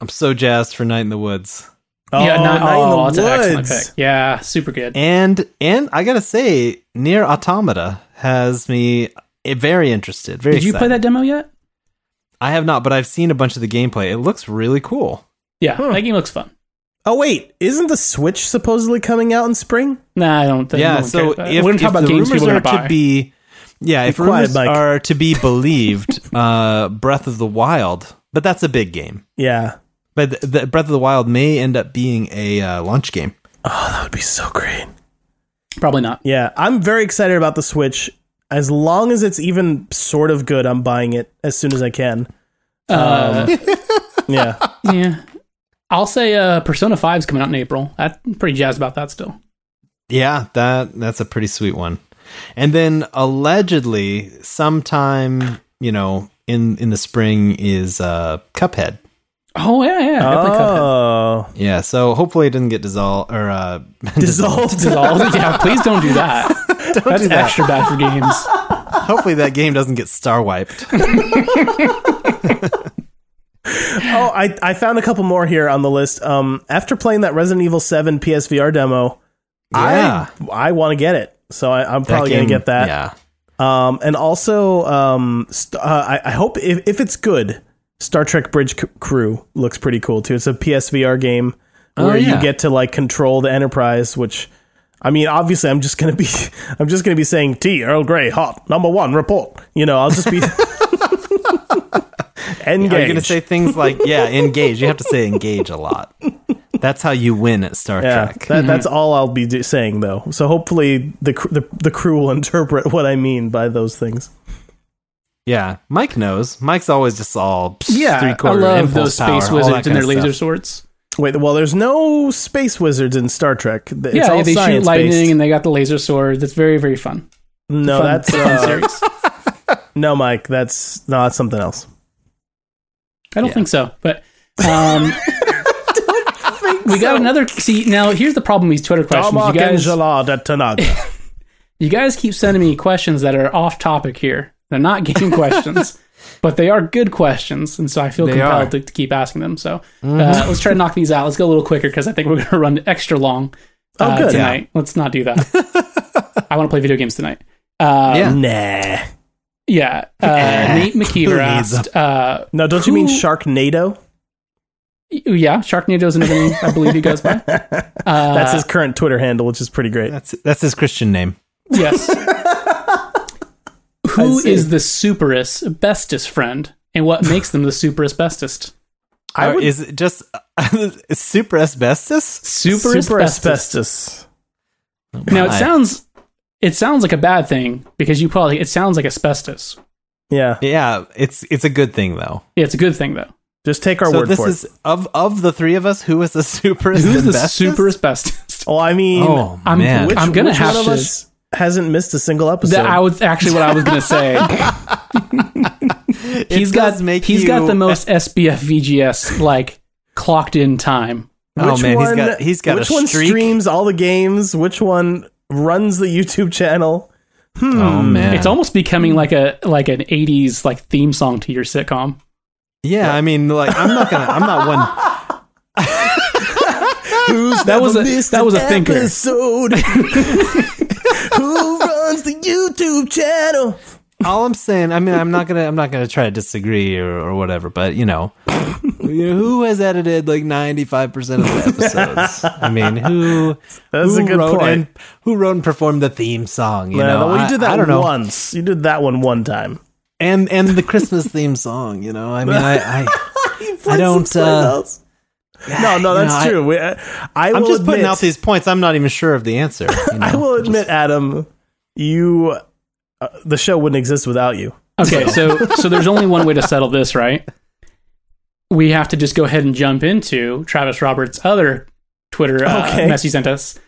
I'm so jazzed for Night in the Woods. Oh, oh, Night in that's the an excellent Woods. pick. Yeah, super good. And and I gotta say, near Automata has me eh, very interested. Very. Did you play excited. that demo yet? I have not, but I've seen a bunch of the gameplay. It looks really cool. Yeah, that game looks fun. Oh wait, isn't the Switch supposedly coming out in spring? Nah, I don't think. no yeah. one So cares about it. if, we're gonna if talk about the games rumors people are are gonna buy. to be, yeah, if quiet, rumors Mike. are to be believed, uh, Breath of the Wild, but that's a big game. Yeah, But the, the Breath of the Wild may end up being a uh, launch game. that would be so great. Probably not. Yeah, I'm very excited about the Switch. As long as it's even sort of good, I'm buying it as soon as I can. Um, Uh, Yeah. yeah, I'll say uh, Persona 5 is coming out in April. I'm pretty jazzed about that still. Yeah, that that's a pretty sweet one. And then allegedly, sometime you know in in the spring is uh, Cuphead. Oh yeah, yeah. I play Cuphead. oh, Yeah, so hopefully it doesn't get dissolved or uh, dissolved. Dissolved. yeah, please don't do that. That's extra bad for games. hopefully that game doesn't get star wiped. oh, I I found a couple more here on the list. Um, after playing that Resident Evil Seven PSVR demo, Yeah. I I want to get it. So I, I'm probably game- gonna get that. Yeah, Um, and also, um, st- uh, I, I hope if, if it's good, Star Trek Bridge C- Crew looks pretty cool too. It's a PSVR game Oh, where yeah. you get to like control the Enterprise, which. I mean, obviously, I'm just gonna be, I'm just gonna be saying T Earl Grey hot number one report. You know, I'll just be. Engage. are you going to say things like yeah, engage? You have to say engage a lot. That's how you win at Star Yeah, Trek. that, that's all I'll be do- saying though. So hopefully, the, cr- the the crew will interpret what I mean by those things. Yeah, Mike knows. Mike's always just all psh, Yeah, I three-quarter love impulse those power, space all that wizards and kinda their stuff. laser swords. Wait, well, there's no space wizards in Star Trek. Th- It's yeah, all they shoot science lightning and they got the laser sword. That's very very fun. no, fun, that's fun uh, series. no, Mike. That's no, that's something else. I don't think so, but um, we got another. See, now here's the problem with these Twitter questions. You Darmok guys, Uh, Angelad at Tanaga. you guys keep sending me questions that are off topic here. They're not game questions, but they are good questions, and so I feel They are. Mm-hmm. compelled to, to keep asking them. So uh, let's try to knock these out. Let's go a little quicker because I think we're going to run extra long. Oh, uh, good. tonight. Let's not do that. I want to play video games tonight. Um, Yeah. yeah. Nah. Uh, Nate Who McKeever needs asked. Uh, No, don't you mean Who- Sharknado? yeah, Sharknado is another name I believe he goes by. Uh, That's his current Twitter handle, which is pretty great. That's that's his Christian name. Yes. Who see. is the superest, bestest friend, and what makes them the superest, bestest? Or is it just super asbestos? Superest, Super bestest. asbestos. Now it My. sounds, it sounds like a bad thing because you probably it sounds like asbestos. Yeah. Yeah, it's it's a good thing though. Yeah, it's a good thing though. Just take our So word this for is it. of of the three of us, who is the super Who's the asbestos? superest, bestest? Well, I mean, Oh I'm- man, which, I'm gonna which have one to- of us hasn't missed a single episode. That I was actually what I was gonna say. It He's does got make he's you- got the most SBF VGS like clocked in time. Oh Which man, one, he's got he's got which a one streak. streams all the games? Which one runs the YouTube channel? Oh man, It's almost becoming like a like an '80s like theme song to your sitcom. yeah. I mean, like I'm not gonna I'm not one. Who's That was never a- missed that an was a thinker. Episode? Who runs the YouTube channel? All I'm saying, I mean, I'm not gonna I'm not gonna try to disagree or, or whatever. But you know, you know, who has edited like 95 percent of the episodes? I mean, who That's who a good wrote point. and who wrote and performed the theme song? You Yeah, know, well, you I- did I that don't know. once. You did that one one time. and and the Christmas theme song. You know, I mean, I, I Play some don't, Play uh, Bells. no, no, you know, that's I- true. We- I, I I'm will just putting admit- out these points. I'm not even sure of the answer. you know? I will admit, Adam, you uh, the show wouldn't exist without you. Okay, so so there's only one way to settle this, right? We have to just go ahead and jump into Travis Roberts' other Twitter uh, Okay. mess he sent us.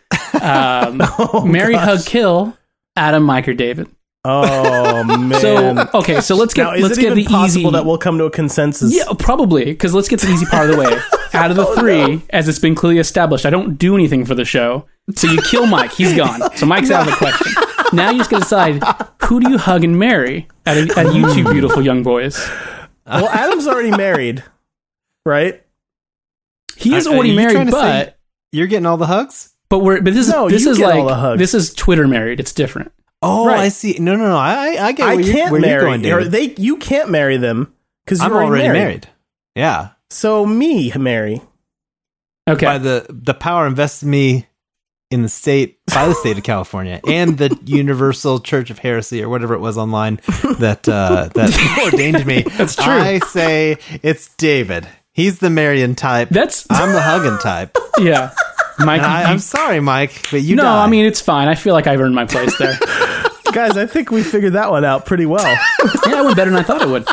Um, Mary Hug Kill Adam Mike or David. Oh man! So okay, so let's get now, is let's it get even the possible easy. that we'll come to a consensus? yeah, probably because let's get the easy part of the way. Out Oh, of the three, as it's been clearly established, I don't do anything for the show. So you kill Mike, he's gone. So Mike's out of the question. Now you just got to decide who do you hug and marry at, a, at you Hmm. two beautiful young boys. Well, Adam's already married, right? He is Are- are already you trying married, to say- but You're getting all the hugs. but we're but this is No, this you is get all the like hugs. this is Twitter married. It's different. Oh, Right. I see. No, no, no. I, I get where I you're, can't where marry. you're going, or David. they, you can't marry them because I'm you're already married. Yeah. So me, Mary. Okay, By the the power invested in me in the state by the state of California and the Universal Church of Heresy or whatever it was online that uh, that ordained me. That's true. I say it's David. He's the Marion type. that's I'm the hugging type. yeah. Mike, And I, you- I'm sorry, Mike, but you no, die. I mean it's fine. I feel like I've earned my place there. Guys, I think we figured that one out pretty well. yeah, it went better than I thought it would.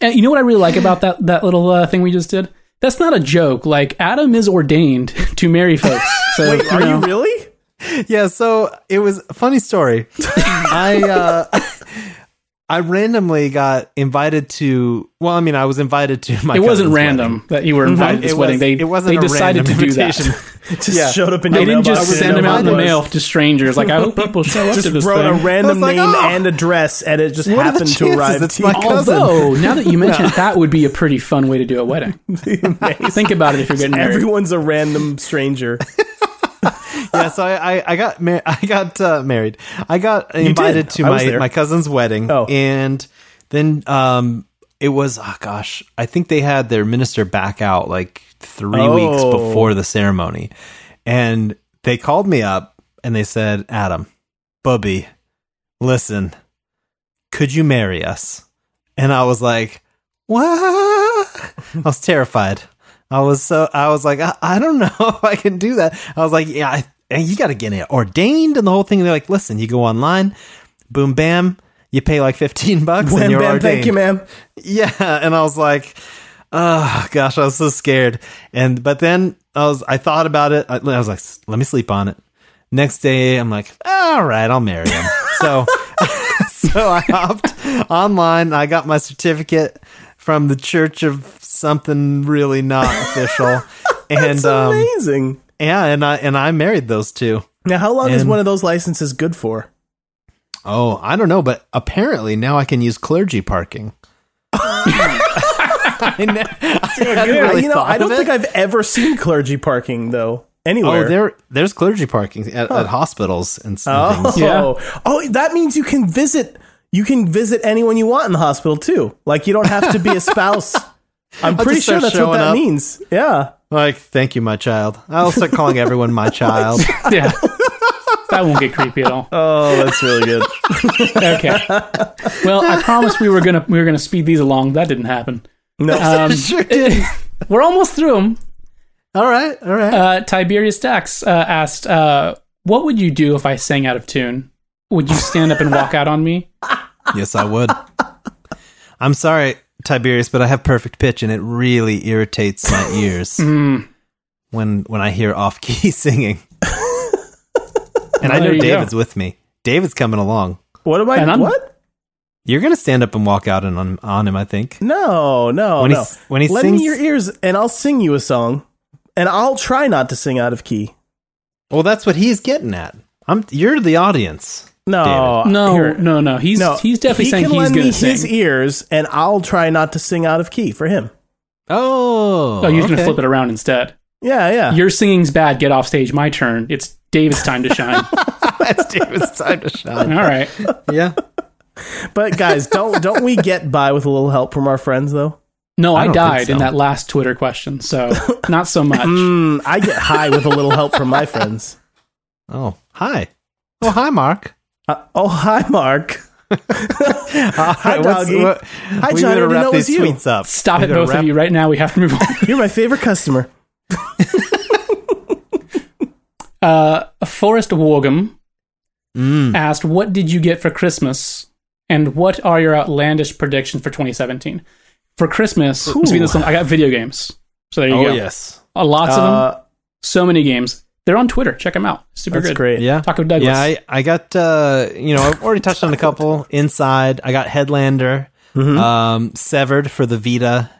And you know what I really like about that that little uh, thing we just did? That's not a joke. Like Adam is ordained to marry folks. So Are know, you really? yeah so it was a funny story i uh i randomly got invited to well i mean i was invited to my it wasn't cousin's random wedding. Mm-hmm. that you were invited to this It wedding. was- They it wasn't they a decided to random do that. invitation. Just Yeah. showed up in They your didn't mailbox. just didn't send know them out in the mine was. mail to strangers. Like I hope people show up to this Just wrote a thing. random like, name "Oh, and address, and it just what are the happened to chances? arrive. It's to my you. cousin. Although now that you mention it, that would be a pretty fun way to do a wedding. Think about it if you're getting married. Everyone's a random stranger. yeah so i i, I got mar- i got uh, married i got invited did. to I was my there. my cousin's wedding Oh. and then um it was oh gosh i think they had their minister back out like three weeks Oh. before the ceremony and they called me up and they said adam bubby listen could you marry us and i was like what i was terrified I was so I was like, I, I don't know if I can do that. I was like, yeah, I, and you got to get it ordained and the whole thing. They're like, listen, you go online, boom, bam, you pay like fifteen bucks Wham, and you're bam, ordained. thank you, ma'am. Yeah, and I was like, oh gosh, I was so scared. And but then I was, I thought about it. I, I was like, let me sleep on it. Next day, I'm like, all right, I'll marry him. so, so I hopped online. I got my certificate from the Church of something really not official, and It's um, amazing. yeah, and I and I married those two. Now, how long is and- one of those licenses good for? Oh, I don't know, but apparently now I can use clergy parking. I, ne- I hadn't Yeah, really you know, thought I of don't it. think I've ever seen clergy parking though. Oh, anywhere. there there's clergy parking at, at hospitals and s- and Oh, things. Yeah. oh, that means you can visit. You can visit anyone you want in the hospital too. Like you don't have to be a spouse. I'm pretty just sure start that's what showing that up. means. Yeah. Like, thank you, my child. I'll start calling everyone my child. Yeah. that won't get creepy at all. Oh, that's really good. Okay. Well, I promised we were gonna we were gonna speed these along. That didn't happen. no, Um, sure did. we're almost through them. All right, all right. Uh, Tiberius Dax uh, asked, uh, "What would you do if I sang out of tune? Would you stand up and walk out on me?" yes, I would. I'm sorry, Tiberius, but I have perfect pitch, and it really irritates my ears when when I hear off key singing. and I Well, there know you go. David's with me. David's coming along. what am I? And I'm- what? You're gonna stand up and walk out and on, on him, I think. No, no, When he no. s- when he Lend sings- me your ears, and I'll sing you a song, and I'll try not to sing out of key. Well, that's what he's getting at. I'm. You're the audience. No, No, here- no, no. He's no. he's definitely he saying can he's lend going me to sing. his ears, and I'll try not to sing out of key for him. Oh, oh, you're going okay. to flip it around instead. Yeah, yeah. Your singing's bad. Get off stage. My turn. It's David's time to shine. All That's David's time to shine. right. Yeah. But guys, don't don't we get by with a little help from our friends though? No, I, don't think died in so. that last Twitter question, so not so much. Mm, I get high with a little help from my friends. Oh, hi. Oh, hi, Mark. Uh, oh, hi, Mark. hi, doggy. Hi, John, I didn't know it was you. up. Stop We it, gotta both wrap- of you, right now. We have to move on. You're my favorite customer. Uh, Forrest Wargum asked, "What did you get for Christmas, and what are your outlandish predictions for 2017?" For Christmas, speaking of some- I got video games. So there you Oh, go. yes. Uh, lots of them. Uh, So many games. They're on Twitter. Check them out. Super that's good. great. Yeah. Taco Douglas. Yeah, I, I got, uh, you know, I've already touched on a couple. Inside, I got Headlander, Mm-hmm. um, Severed for the Vita,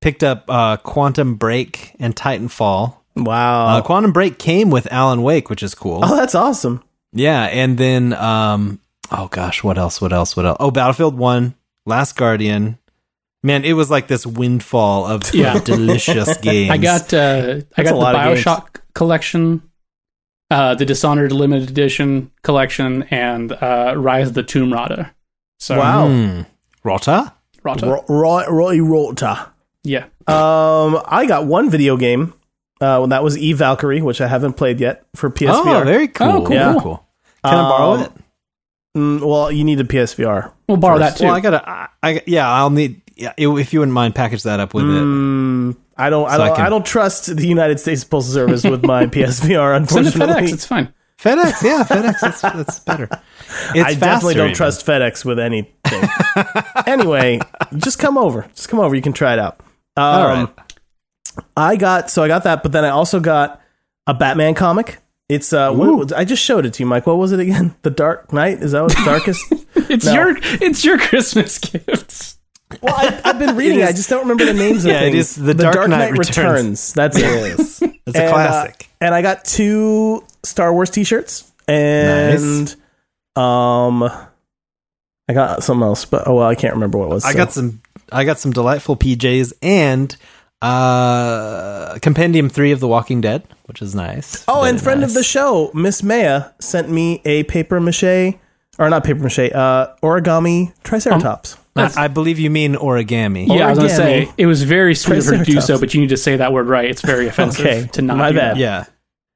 picked up uh, Quantum Break and Titanfall. Wow. Uh, Quantum Break came with Alan Wake, which is cool. oh, that's awesome. Yeah, and then um oh gosh, what else? What else? What else? Oh, Battlefield 1, Last Guardian. Man, it was like this windfall of, of Yeah. delicious games. I got uh, I That's got a the lot of games. Bioshock collection, uh, the Dishonored limited edition collection, and uh, Rise of the Tomb Raider. So Wow. Hmm. Rota? Rata. Ro- Roy Roy Rota. yeah, Um, I got one video game. Uh, well, that was E Valkyrie, which I haven't played yet for PSVR. Oh, very cool. Oh, cool, very cool. cool. Can I borrow Um, it? Mm, well, you need a PSVR. we'll borrow that too. Well, I got to I, I yeah, I'll need yeah, if you wouldn't mind package that up with it. Mm, I don't. So I I don't. I, can- don't trust the United States Postal Service with my PSVR. Send it Unfortunately, FedEx. It's fine. FedEx, yeah, FedEx that's, that's better. It's I faster definitely don't even. trust FedEx with anything. anyway, just come over. Just come over. You can try it out. Um, All right. I got so I got that, but then I also got a Batman comic. It's uh, what, I just showed it to you, Mike. What was it again? The Dark Knight? Is that what darkest? It's No. your it's your Christmas gifts. well, I, I've been reading. It it. I is- just don't remember the names. Yeah, of it things. is The Dark Knight Returns. That's it. It's a And, uh, classic. and I got two Star Wars T-shirts and um, I got something else, but oh well, I can't remember what it was. I so. got some I got some delightful PJs and uh compendium 3 of The Walking Dead, which is nice. Oh, and Very friend of nice. the show, Miss Maya, sent me a paper mache, or not paper mache, uh, origami Um, triceratops. I, I believe you mean origami. Yeah, I was gonna Origami. say it was very sweet of her to do Triceratops. so, but you need to say that word right. It's very offensive Okay, to not. my do bad. that. Yeah.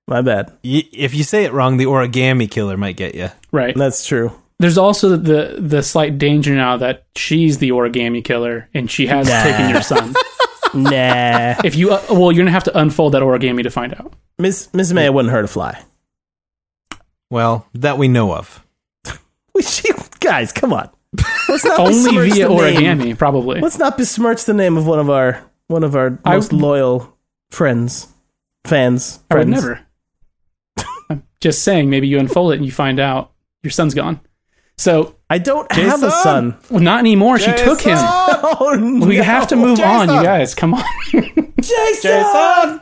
My bad. Y- if you say it wrong, the origami killer might get you. Right. That's true. There's also the the slight danger now that she's the origami killer and she has Nah. taken your son. nah, if you uh, well, you're gonna have to unfold that origami to find out. Miss Miss Maya wouldn't hurt a fly. Well, that we know of. She, guys, come on. Let's not Only besmirch via the name. origami, probably. Let's not besmirch the name of one of our one of our I- most loyal friends, fans. I would friends. never. I'm just saying, maybe you unfold it and you find out your son's gone. So I don't have a Jason! son. well, not anymore. She took him. Oh, no. We have to move on, you guys. Come on. Jason.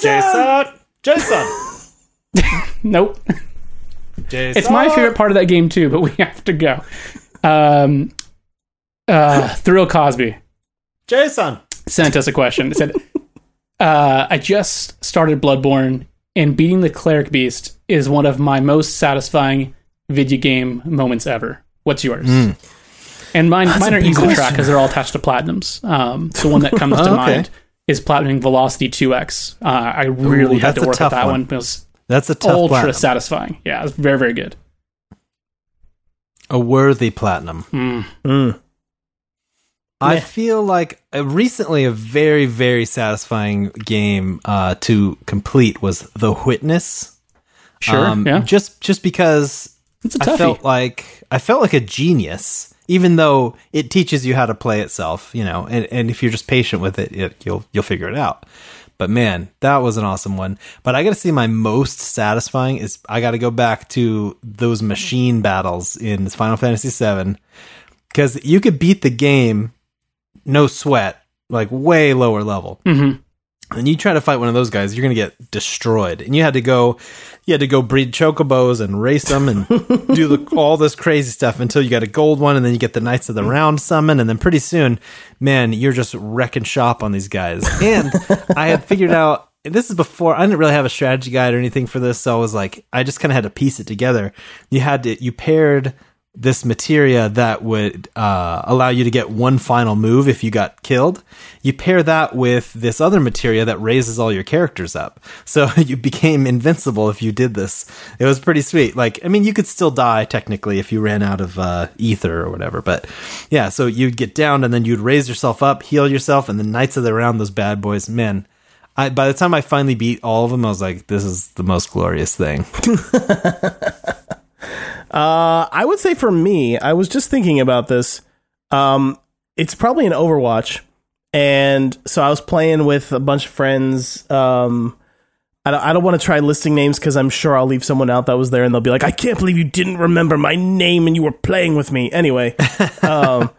Jason. Jason! nope. Jason! It's my favorite part of that game too, but we have to go. Um, uh, Thrill Cosby Jason! sent us a question. It said, uh, I just started Bloodborne, and beating the cleric beast is one of my most satisfying video game moments ever. What's yours? Hmm. And mine, mine a are big easy to track question. because they're all attached to platinums. Um, the one that comes to Oh, Okay. mind is platinum velocity 2x. Uh, I really Ooh, had that's to a work at tough that one. one. It was That's a tough ultra platinum. satisfying. Yeah, it was very, very good. a worthy platinum. Hmm. Mm. I feel like uh, recently a very very satisfying game uh, to complete was The Witness. Sure. Um, yeah. Just just because It's a toughie. I felt like I felt like a genius, even though it teaches you how to play itself. You know, and, and if you're just patient with it, it, you'll you'll figure it out. But man, that was an awesome one. But I got to see my most satisfying is I got to go back to those machine battles in Final Fantasy VII because you could beat the game no sweat, like way lower level. And you try to fight one of those guys, you're gonna get destroyed. And you had to go, you had to go breed chocobos and race them and do the, all this crazy stuff until you got a gold one, and then you get the Knights of the Round summon, and then pretty soon, man, you're just wrecking shop on these guys. And I had figured out and this is before I didn't really have a strategy guide or anything for this, so I was like, I just kind of had to piece it together. You had to you paired this materia that would uh, allow you to get one final move if you got killed. You pair that with this other materia that raises all your characters up, so you became invincible if you did this. It was pretty sweet. Like, I mean, you could still die technically if you ran out of uh, ether or whatever, but yeah. So you'd get down and then you'd raise yourself up, heal yourself, and the knights of the round, those bad boys, men. I by the time I finally beat all of them, I was like, "This is the most glorious thing." Uh, I would say for me, I was just thinking about this. Um, it's probably an Overwatch, and so I was playing with a bunch of friends. Um, I don't, I don't want to try listing names because I'm sure I'll leave someone out that was there, and they'll be like, "I can't believe you didn't remember my name and you were playing with me." Anyway, um,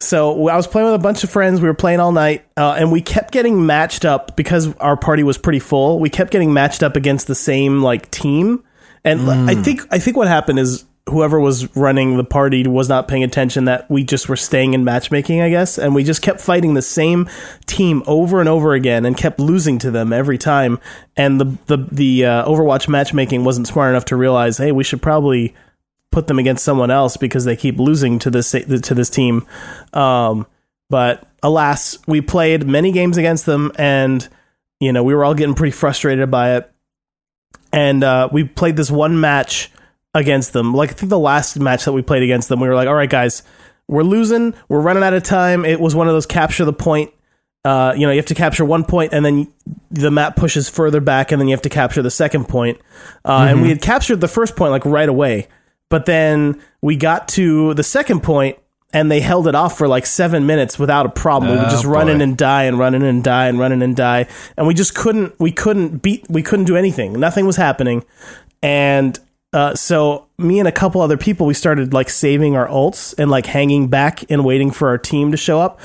so I was playing with a bunch of friends. We were playing all night, uh, and we kept getting matched up because our party was pretty full. We kept getting matched up against the same like team, and I think I think what happened is whoever was running the party was not paying attention that we just were staying in matchmaking, I guess, and we just kept fighting the same team over and over again and kept losing to them every time. And the the the uh, Overwatch matchmaking wasn't smart enough to realize, hey, we should probably put them against someone else because they keep losing to this to this team. Um, but alas, we played many games against them, and you know we were all getting pretty frustrated by it. And uh, we played this one match against them. Like I think the last match that we played against them, we were like, "All right, guys, we're losing. We're running out of time." It was one of those capture the point uh, you know, you have to capture one point, and then the map pushes further back, and then you have to capture the second point. Uh, And we had captured the first point like right away, but then we got to the second point, and they held it off for like seven minutes without a problem. we would Oh, just run in boy. and die, and run in and die, and run in and die, and we just couldn't, we couldn't beat, we couldn't do anything. Nothing was happening, and uh, so me and a couple other people we started like saving our ults and like hanging back and waiting for our team to show up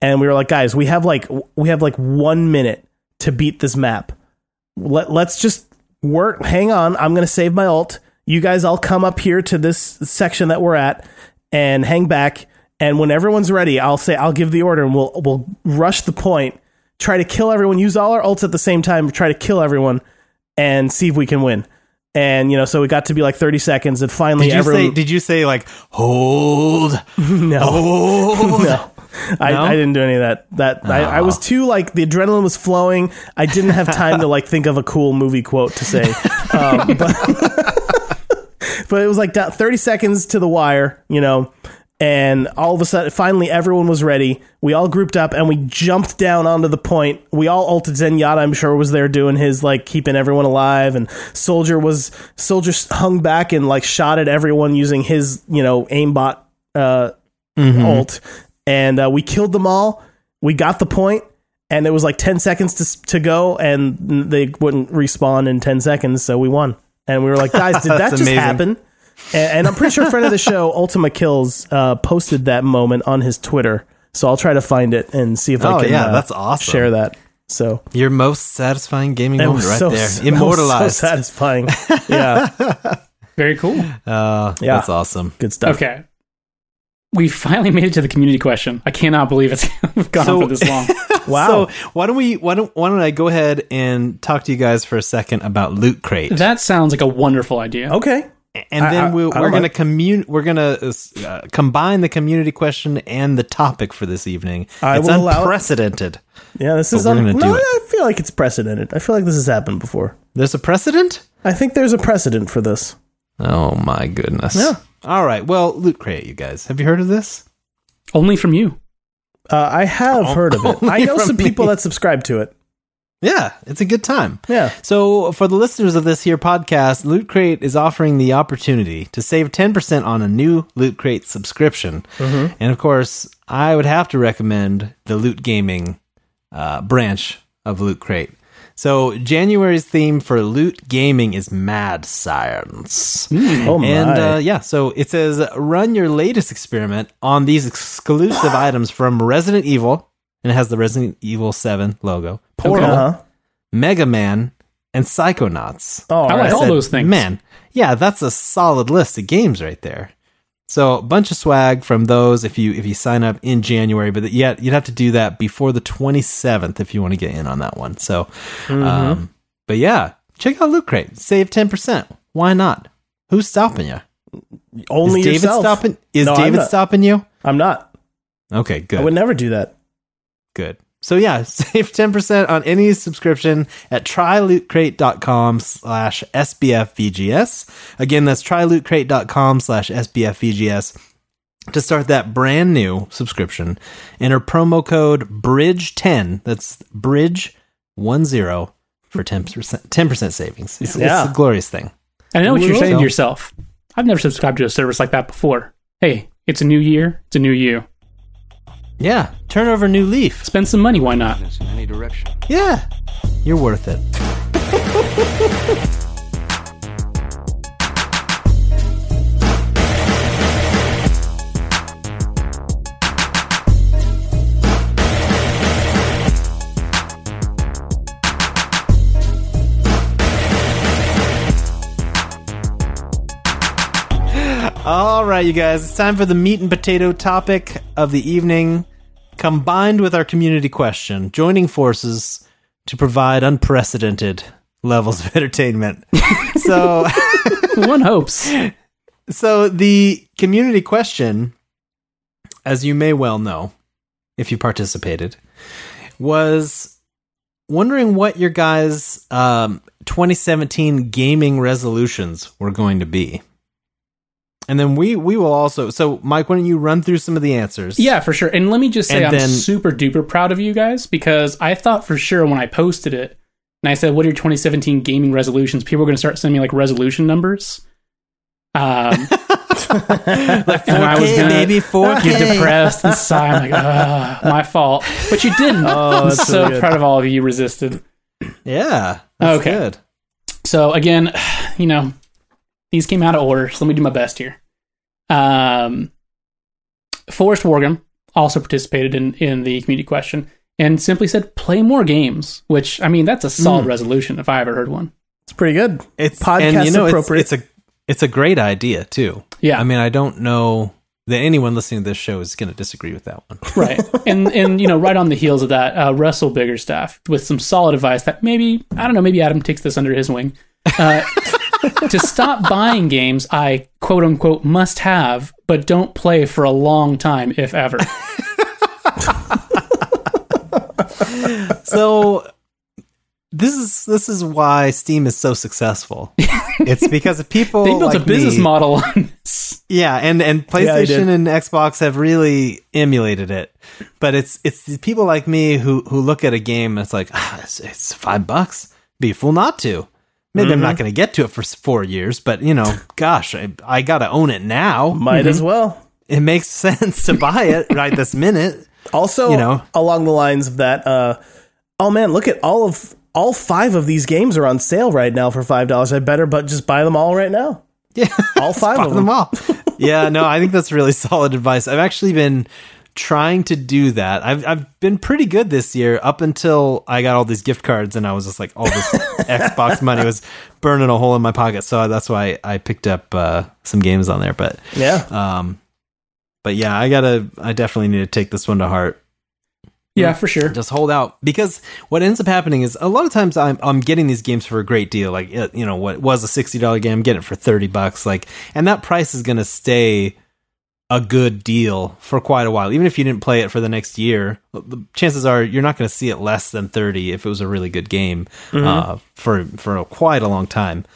and we were like guys we have like w- we have like one minute to beat this map Let, let's just work hang on i'm gonna save my ult you guys all come up here to this section that we're at and hang back and when everyone's ready i'll say i'll give the order and we'll we'll rush the point try to kill everyone use all our ults at the same time try to kill everyone and see if we can win and you know so it got to be like 30 seconds and finally Did you everyone say? Did you say like hold? no Hold. no. I, No? I didn't do any of that. That I, I was too like the adrenaline was flowing. I didn't have time to like think of a cool movie quote to say. Um, but, but it was like down- thirty seconds to the wire, you know. And all of a sudden, finally, everyone was ready. We all grouped up and we jumped down onto the point. We all ulted Zenyatta. I'm sure was there doing his like keeping everyone alive, and Soldier was Soldier hung back and like shot at everyone using his you know aimbot. Uh, Mm-hmm. ult, and uh, we killed them all. We got the point, and it was like ten seconds to s- to go, and they wouldn't respawn in ten seconds, so we won. And we were like, guys, did that That's just amazing. happen? And, and I'm pretty sure a friend of the show, Ultima Kills, uh, posted that moment on his Twitter. So I'll try to find it and see if Oh, I can. yeah, uh, that's awesome. Share that. So Your most satisfying gaming it moment, was right so there, that was so immortalized. satisfying. yeah, very cool. Uh, Yeah. That's awesome. good stuff. Okay. we finally made it to the community question. I cannot believe it's we've gone So- for this long. Wow. So why don't we? Why don't Why don't I go ahead and talk to you guys for a second about Loot Crate, that sounds like a wonderful idea. Oh. okay. and I- I- then we'll, I don't we're gonna mind. commun We're gonna uh, combine the community question and the topic for this evening. I it's will allow it. unprecedented. Yeah, this is we're un- gonna do no. it. I feel like it's precedented. I feel like this has happened before. There's a precedent. I think there's a precedent for this. Oh my goodness. Yeah. All right. Well, Loot Crate, you guys. Have you heard of this? Only from you. Uh, I have heard of it. Oh, only I know from some me. people that subscribe to it. Yeah, it's a good time. Yeah. So, for the listeners of this here podcast, Loot Crate is offering the opportunity to save 10% on a new Loot Crate subscription. Mm-hmm. And of course, I would have to recommend the Loot Gaming uh, branch of Loot Crate. So, January's theme for Loot Gaming is Mad Science. Oh my. And uh, yeah, so it says run your latest experiment on these exclusive items from Resident Evil, and it has the Resident Evil 7 logo, Portal, uh-huh. Mega Man, and Psychonauts. Oh, I like alright. all those things. Man, yeah, that's a solid list of games right there. So a bunch of swag from those if you if you sign up in January, but yet you'd have to do that before the twenty seventh if you want to get in on that one. So, Mm-hmm. um, but yeah, check out Loot Crate, save ten percent. Why not? Who's stopping you? only is David yourself. stopping? Is No, I'm David not. stopping you? I'm not. Okay, I good, would never do that. good. So yeah, save ten percent on any subscription at trylootcrate.com slash sbfvgs. Again, that's trylootcrate.com slash sbfvgs to start that brand new subscription. Enter promo code bridge ten. That's bridge one zero for ten percent ten percent savings. It's, it's Yeah. a glorious thing. And I know what you're Really? saying So- to yourself. I've never subscribed to a service like that before. Hey, it's a new year. It's a new you. Yeah, turn over a new leaf. Spend some money. Why not? in any direction. Yeah, you're worth it. All right, you guys, it's time for the meat and potato topic of the evening, combined with our community question, joining forces to provide unprecedented levels of entertainment. so, One hopes. so the community question, as you may well know, if you participated, was wondering what your guys' um, 2017 gaming resolutions were going to be. And then we we will also. So, Mike, why don't you run through some of the answers? Yeah, for sure. And let me just say, And I'm then- super duper proud of you guys because I thought for sure when I posted it and I said, "What are your 2017 gaming resolutions?" People are going to start sending me like resolution numbers. Um, like 4K, and I was gonna baby, 4K. get depressed and sigh. I'm like, "Ugh, my fault. But you didn't. I'm that's so really good. proud of all of you. You resisted. Yeah. That's Okay. good. So again, you know, these came out of order, so let me do my best here. Um, Forrest Wargum also participated in in the community question and simply said, "Play more games." Which I mean, that's a solid resolution if I ever heard one. It's pretty good. It's podcast and, you know, it's- appropriate. It's, a it's a great idea too. Yeah. I mean, I don't know that anyone listening to this show is going to disagree with that one. right and and you know right on the heels of that uh, russell biggerstaff with some solid advice that maybe i don't know maybe adam takes this under his wing uh, to stop buying games i quote unquote must have but don't play for a long time if ever So this is this is why Steam is so successful. it's because of people they built like a business me- model on this Yeah, and and they did. PlayStation and Xbox have really emulated it. But it's it's the people like me who who look at a game and it's like ah, it's, it's five bucks. Be a fool not to. Maybe I'm not going to get to it for s- four years, but you know, gosh, I, I got to own it now. Might as well. It makes sense to buy it right this minute. Also, You know. along the lines of that, uh, oh man, look at all of all five of these games are on sale right now for five dollars. I better but just buy them all right now. Yeah, All five buy of them. them all. yeah, no, I think that's really solid advice. I've actually been trying to do that. I've I've been pretty good this year up until I got all these gift cards and I was just like all this Xbox money was burning a hole in my pocket. So that's why I picked up uh, some games on there. But Yeah. um, But yeah, I gotta. I definitely need to take this one to heart. Yeah, for sure. Just hold out because what ends up happening is a lot of times I'm I'm getting these games for a great deal. Like uh, you know what was a sixty dollar game, I'm getting it for thirty bucks. Like, and that price is gonna stay a good deal for quite a while. Even if you didn't play it for the next year, the chances are you're not going to see it less than 30 if it was a really good game uh, for for quite a long time.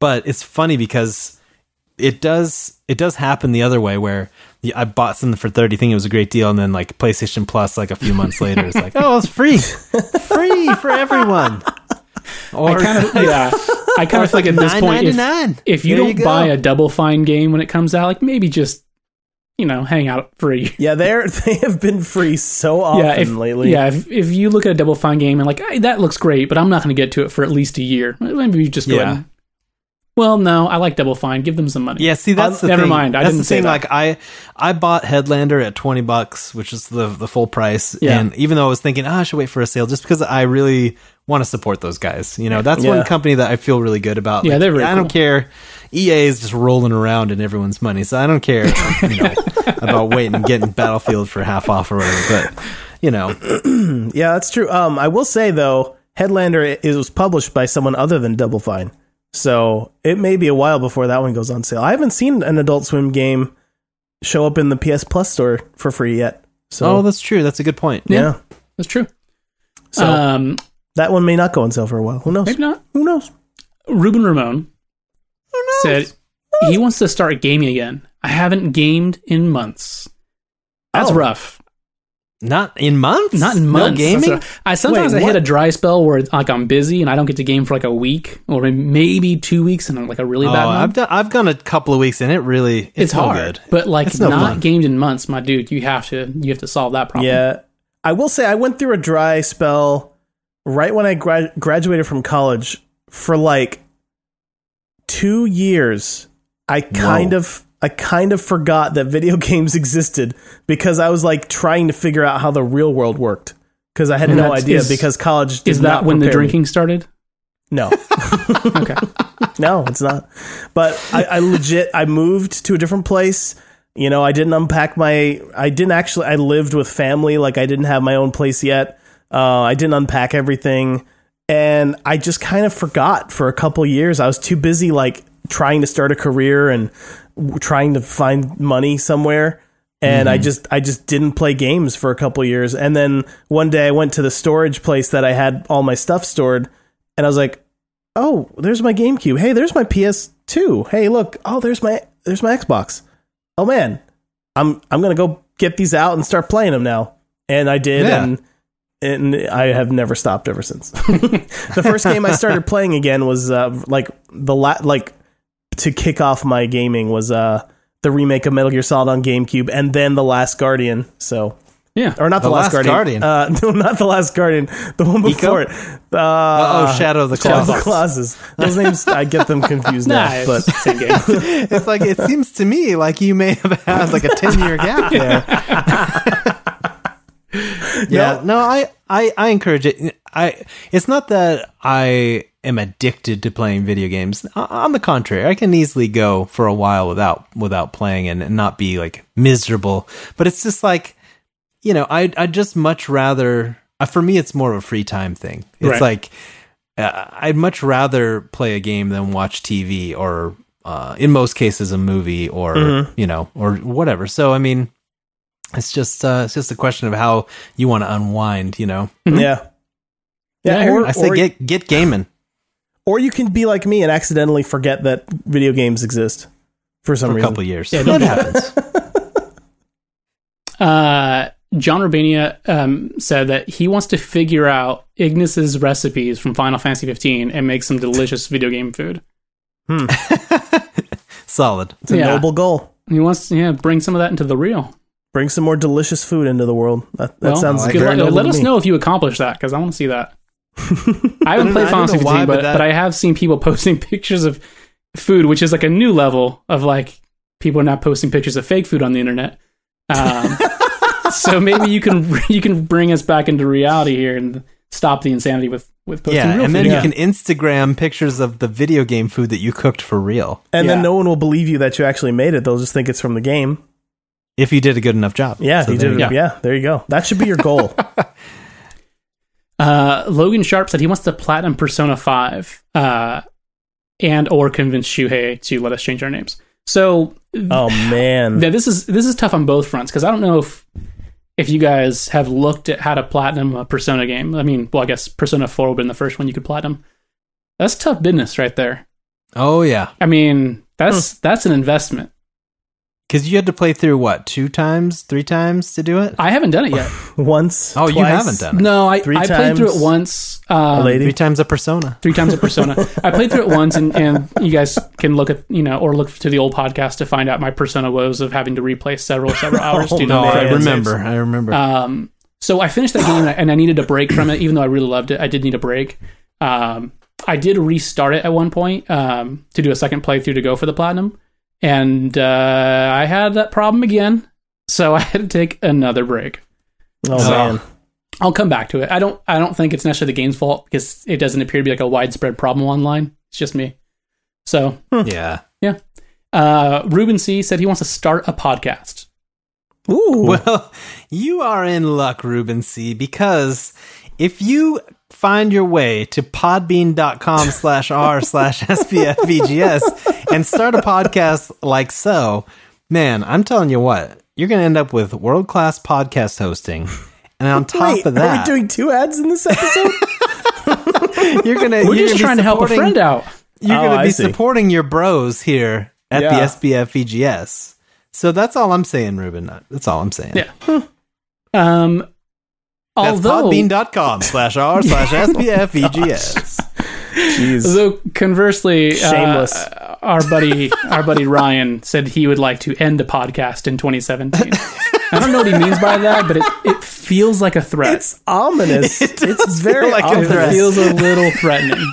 But it's funny because it does it does happen the other way where the- I bought something for 30 thinking it was a great deal and then like PlayStation Plus like a few months later it's like, "Oh, it's free. free for everyone." Or I kind of yeah. I kind or of it's think at this point, if, $9.99. if you There don't go. buy a Double Fine game when it comes out, like maybe just you know hang out for a year. Yeah, they're they have been free so often yeah, if, lately. yeah. If, if you look at a Double Fine game and like "Hey, that looks great, but I'm not going to get to it for at least a year. Maybe you just go. Yeah. ahead and- well, no, I like Double Fine. Give them some money. Yeah, see, that's the Uh, never thing. mind, I that's didn't the say thing. that. Like I, I bought Headlander at twenty bucks, which is the the full price. Yeah. And even though I was thinking, ah, I should wait for a sale, just because I really want to support those guys. You know, that's Yeah. one company that I feel really good about. Yeah, Like, they're very I cool. don't care. EA is just rolling around in everyone's money, so I don't care you know, about waiting and getting Battlefield for half off or whatever. But you know, Yeah, that's true. Um, I will say though, Headlander i- is was published by someone other than Double Fine, so it may be a while before that one goes on sale. I haven't seen an Adult Swim game show up in the PS Plus store for free yet. So oh, that's true. That's a good point. yeah. that's true. So um, that one may not go on sale for a while. Who knows? maybe not. Who knows? Ruben Ramon said he wants to start gaming again. I haven't gamed in months. That's Oh. rough. Not in months. Not in No months. That's gaming. rough. I sometimes Wait, I hit what? a dry spell where like I'm busy and I don't get to game for like a week or maybe two weeks and I'm like a really bad Oh, I've month. done. I've gone a couple of weeks, and it really it's, It's, no hard, good. but like no not fun. gamed in months, my dude. You have to you have to solve that problem. Yeah, I will say I went through a dry spell right when I gra- graduated from college for like two years. I kind of I kind of forgot that video games existed because I was like trying to figure out how the real world worked because I had And no that's- idea is- because college did Is that not when the prepare me. drinking started? No, Okay. no, it's not. But I, I legit I moved to a different place. You know, I didn't unpack my. I didn't actually. I lived with family. Like I didn't have my own place yet. Uh, I didn't unpack everything, and I just kind of forgot for a couple years. I was too busy like trying to start a career and w- trying to find money somewhere. And I just I just didn't play games for a couple years. And then one day I went to the storage place that I had all my stuff stored, and I was like, oh, there's my GameCube. Hey, there's my PS2. Hey, look. Oh, there's my there's my Xbox. Oh man, I'm I'm gonna go get these out and start playing them now. And I did, Yeah. and and I have never stopped ever since. the first game I started playing again was uh, like the la- like to kick off my gaming was uh the remake of Metal Gear Solid on GameCube, and then The Last Guardian. So. Yeah. Or not the, The last, Last guardian. Guardian. Uh, no, not the last guardian. The one before it. Uh, oh, Shadow of the Shadow of the Colossus. Colossus. Those names, I get them confused now. Nah, But it's same game. it's like it seems to me like you may have had like a 10 year gap there yeah no, I, I i encourage it i it's not that i am addicted to playing video games O- on the contrary i can easily go for a while without without playing and, and not be like miserable but it's just like you know i i just much rather uh, for me it's more of a free time thing it's Right. like uh, I'd much rather play a game than watch TV or, uh, in most cases, a movie or Mm-hmm. you know or whatever. So I mean, it's just uh, it's just a question of how you want to unwind. You know, yeah. Yeah, Yeah, or, I say or, get get gaming. or you can be like me and accidentally forget that video games exist for some For a reason. couple years, Yeah, yeah, don't that do happens. Uh, John Urbania um, said that he wants to figure out Ignis's recipes from Final Fantasy 15 and make some delicious video game food. Solid. It's a Yeah. noble goal. He wants to yeah, bring some of that into the real. Bring some more delicious food into the world. That, that Well, sounds like like good very luck. noble Let to us me. know if you accomplish that because I want to see that. I haven't I don't- I played Final don't know Fantasy why, 15, but, but but, that- I have seen people posting pictures of food, which is like a new level of like people are now posting pictures of fake food on the internet. Um, so maybe you can you can bring us back into reality here and stop the insanity with with posting Yeah, real and then food. you can Instagram pictures of the video game food that you cooked for real. And Yeah. then no one will believe you that you actually made it. They'll just think it's from the game. if you did a good enough job. Yeah, So you there did. you Yeah. go. there you go. That should be your goal. Uh, Logan Sharp said he wants to platinum Persona Five, uh, and or convince Shuhei to let us change our names. So oh man, now this is this is tough on both fronts because I don't know if if you guys have looked at how to platinum a Persona game. I mean, well, I guess Persona Four would have been the first one you could platinum. That's tough business right there. Oh yeah, I mean, Hmm. that's that's an investment. because you had to play through what two times, three times to do it. I haven't done it yet. once. oh, you twice. haven't done it. No, I, Three I played through it times once. Um, lady. Three times a persona. three times a persona. I played through it once, and, and you guys can look at you know or look to the old podcast to find out my persona woes of having to replay several several hours. Oh, to no, know. I the- remember. I remember. Um, so I finished that game, and I needed a break from it, even though I really loved it. I did need a break. Um, I did restart it at one point um, to do a second playthrough to go for the platinum, and uh, I had that problem again. So I had to take another break. Oh man, I'll come back to it. I don't. I don't think it's necessarily the game's fault because it doesn't appear to be like a widespread problem online. It's just me. So, yeah. yeah. Uh, Ruben C said he wants to start a podcast. ooh, Well, you are in luck, Ruben C, because if you find your way to podbean.com slash r slash SPFVGS E and start a podcast like so, man, I'm telling you what, you're going to end up with world class podcast hosting. And on top Wait, of are we that, doing two ads in this episode? you're going to We're just trying to help a friend out. You're Oh, going to I be see. supporting your bros here at Yeah. the SBFVGS. E So that's all I'm saying, Ruben. That's all I'm saying. Yeah. Um, That's although podbean.com slash r slash E SBFVGS. Jeez. Though conversely, uh, Shameless. our buddy, our buddy Ryan said he would like to end a podcast in 2017. I don't know what he means by that, but it, it feels like a threat. It's ominous. It does it's very feel like a ominous. threat. it feels a little threatening.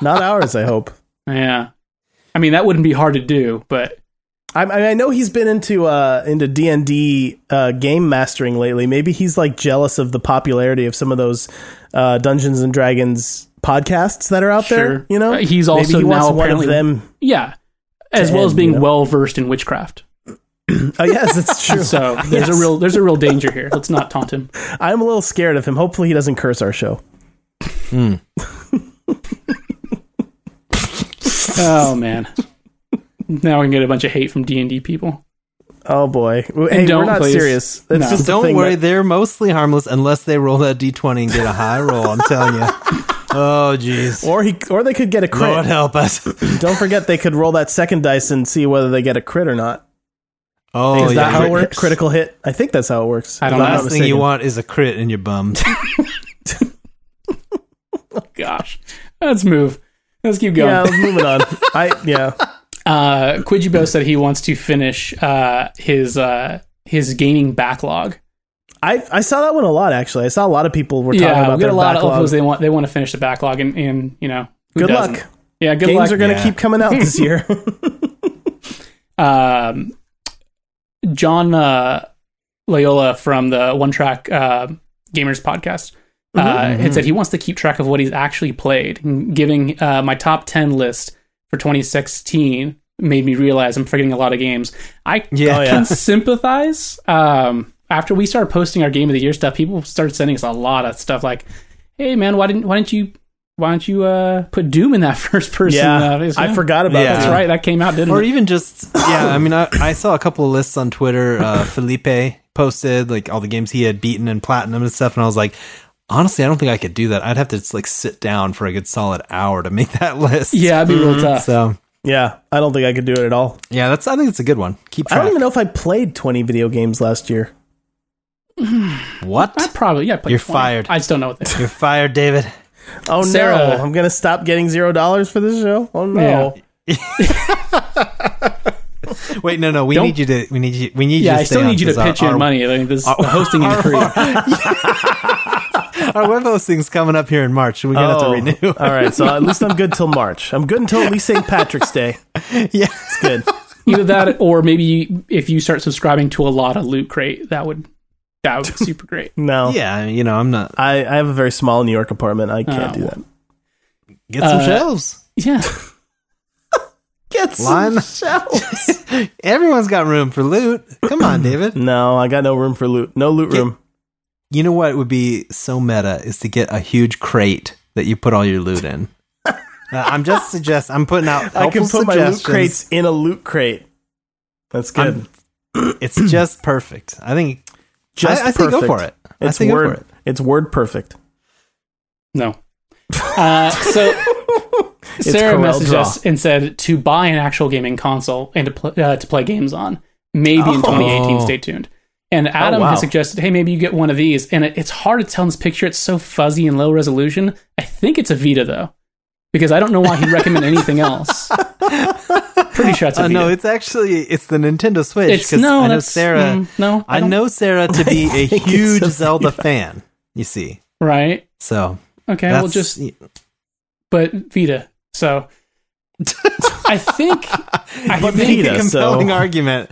Not ours, I hope. Yeah. I mean, that wouldn't be hard to do, but I, I I know he's been into uh, into D and D uh, game mastering lately. Maybe he's like jealous of the popularity of some of those uh, Dungeons and Dragons podcasts that are out sure. there. You know, Uh, he's Maybe also he wants now one of apparently them. Yeah. As well as end, being you know? well versed in witchcraft. Oh, yes, it's true. So there's a real there's a real danger here. Let's not taunt him. I'm a little scared of him. Hopefully, he doesn't curse our show. Oh man. Now we can get a bunch of hate from D and D people. Oh boy! W- Hey, don't, we're not please. serious. It's No. just a Don't thing worry, that- they're mostly harmless unless they roll that d20 and get a high roll. I'm telling you. Oh, jeez. or he, or they could get a crit. Lord help us. Don't forget they could roll that second dice and see whether they get a crit or not. Oh, Is that how yeah. it works? Critical hit. I think that's how it works. I if don't I'm know. not Last thing you mistaken. want is a crit in your bum. Gosh. Let's move. Let's keep Yeah, going. moving on. I yeah. Uh Quijibo said he wants to finish uh his uh his gaming backlog. I I saw that one a lot actually. I saw a lot of people were talking Yeah, about we got their a lot backlog. of uploads. They want they want to finish the backlog, and, and you know, who Good doesn't? luck. Yeah, good Games luck. are going to Yeah. keep coming out this year. um, John uh, Loyola from the One Track uh, Gamers podcast uh, had said he wants to keep track of what he's actually played. And giving uh, my top 10 list for 2016 made me realize I'm forgetting a lot of games. I Yeah. Oh, yeah. can sympathize. Um, after we started posting our Game of the Year stuff, people started sending us a lot of stuff like, hey, man, why didn't, why didn't you. Why don't you uh, put Doom in that first person? yeah, uh, I forgot about Yeah. that. That's right. That came out, didn't or it? even just yeah i mean i, I saw a couple of lists on twitter uh, felipe posted like all the games he had beaten and platinum and stuff and i was like honestly i don't think i could do that i'd have to just like sit down for a good solid hour to make that list Yeah, it'd be Mm-hmm. real tough. so Yeah, I don't think I could do it at all. yeah that's i think it's a good one keep I don't track even know if I played 20 video games last year. what I probably yeah. Play You're 20. fired. I just don't know what they. you're fired david Oh Sarah. no, I'm going to stop getting $0 for this show. Oh no. Yeah. wait no no we Don't- need you to we need you we need Yeah, you to I still stay on need you to 'cause our- pitch in our- money. I think this the hosting is free. our web hosting's coming up here in march we're gonna Oh, have to renew all right, so at least I'm good till March. I'm good until at least St. Patrick's Day. yeah It's good. Either that, or maybe you, if you start subscribing to a lot of Loot Crate, that would that would be super great. No. yeah I mean, you know i'm not I, I have a very small New York apartment. I can't Oh. do that. get some Uh, shelves Yeah, Get get some Lon- shells. Everyone's got room for loot. Come on, David. no, I got no room for loot. No loot room. You know what would be so meta is to get a huge crate that you put all your loot in. Uh, I'm just suggest. I'm putting out. I can helpful put my loot suggestions. crates in a loot crate. That's good. I'm- It's just perfect. I think. Just I, I think go perfect. for it. I It's think word. go for it. It's word perfect. No. Uh, so Sarah Corel messaged Draw. us and said to buy an actual gaming console and to, pl- uh, to play games on. Maybe in 2018. Stay tuned. And Adam Oh. wow. has suggested, hey, maybe you get one of these. And it, it's hard to tell in this picture. It's so fuzzy and low resolution. I think it's a Vita though, because I don't know why he'd recommend anything else. Pretty sure it's a Uh, Vita. no, it's actually it's the Nintendo Switch. It's- 'cause no, I know that's- Sarah. mm, no, I I, don't- know Sarah to be a think it's huge a Zelda fan. You see, right. so Okay, that's well, just but Vita. So I think I but think make a Vita, so- compelling argument.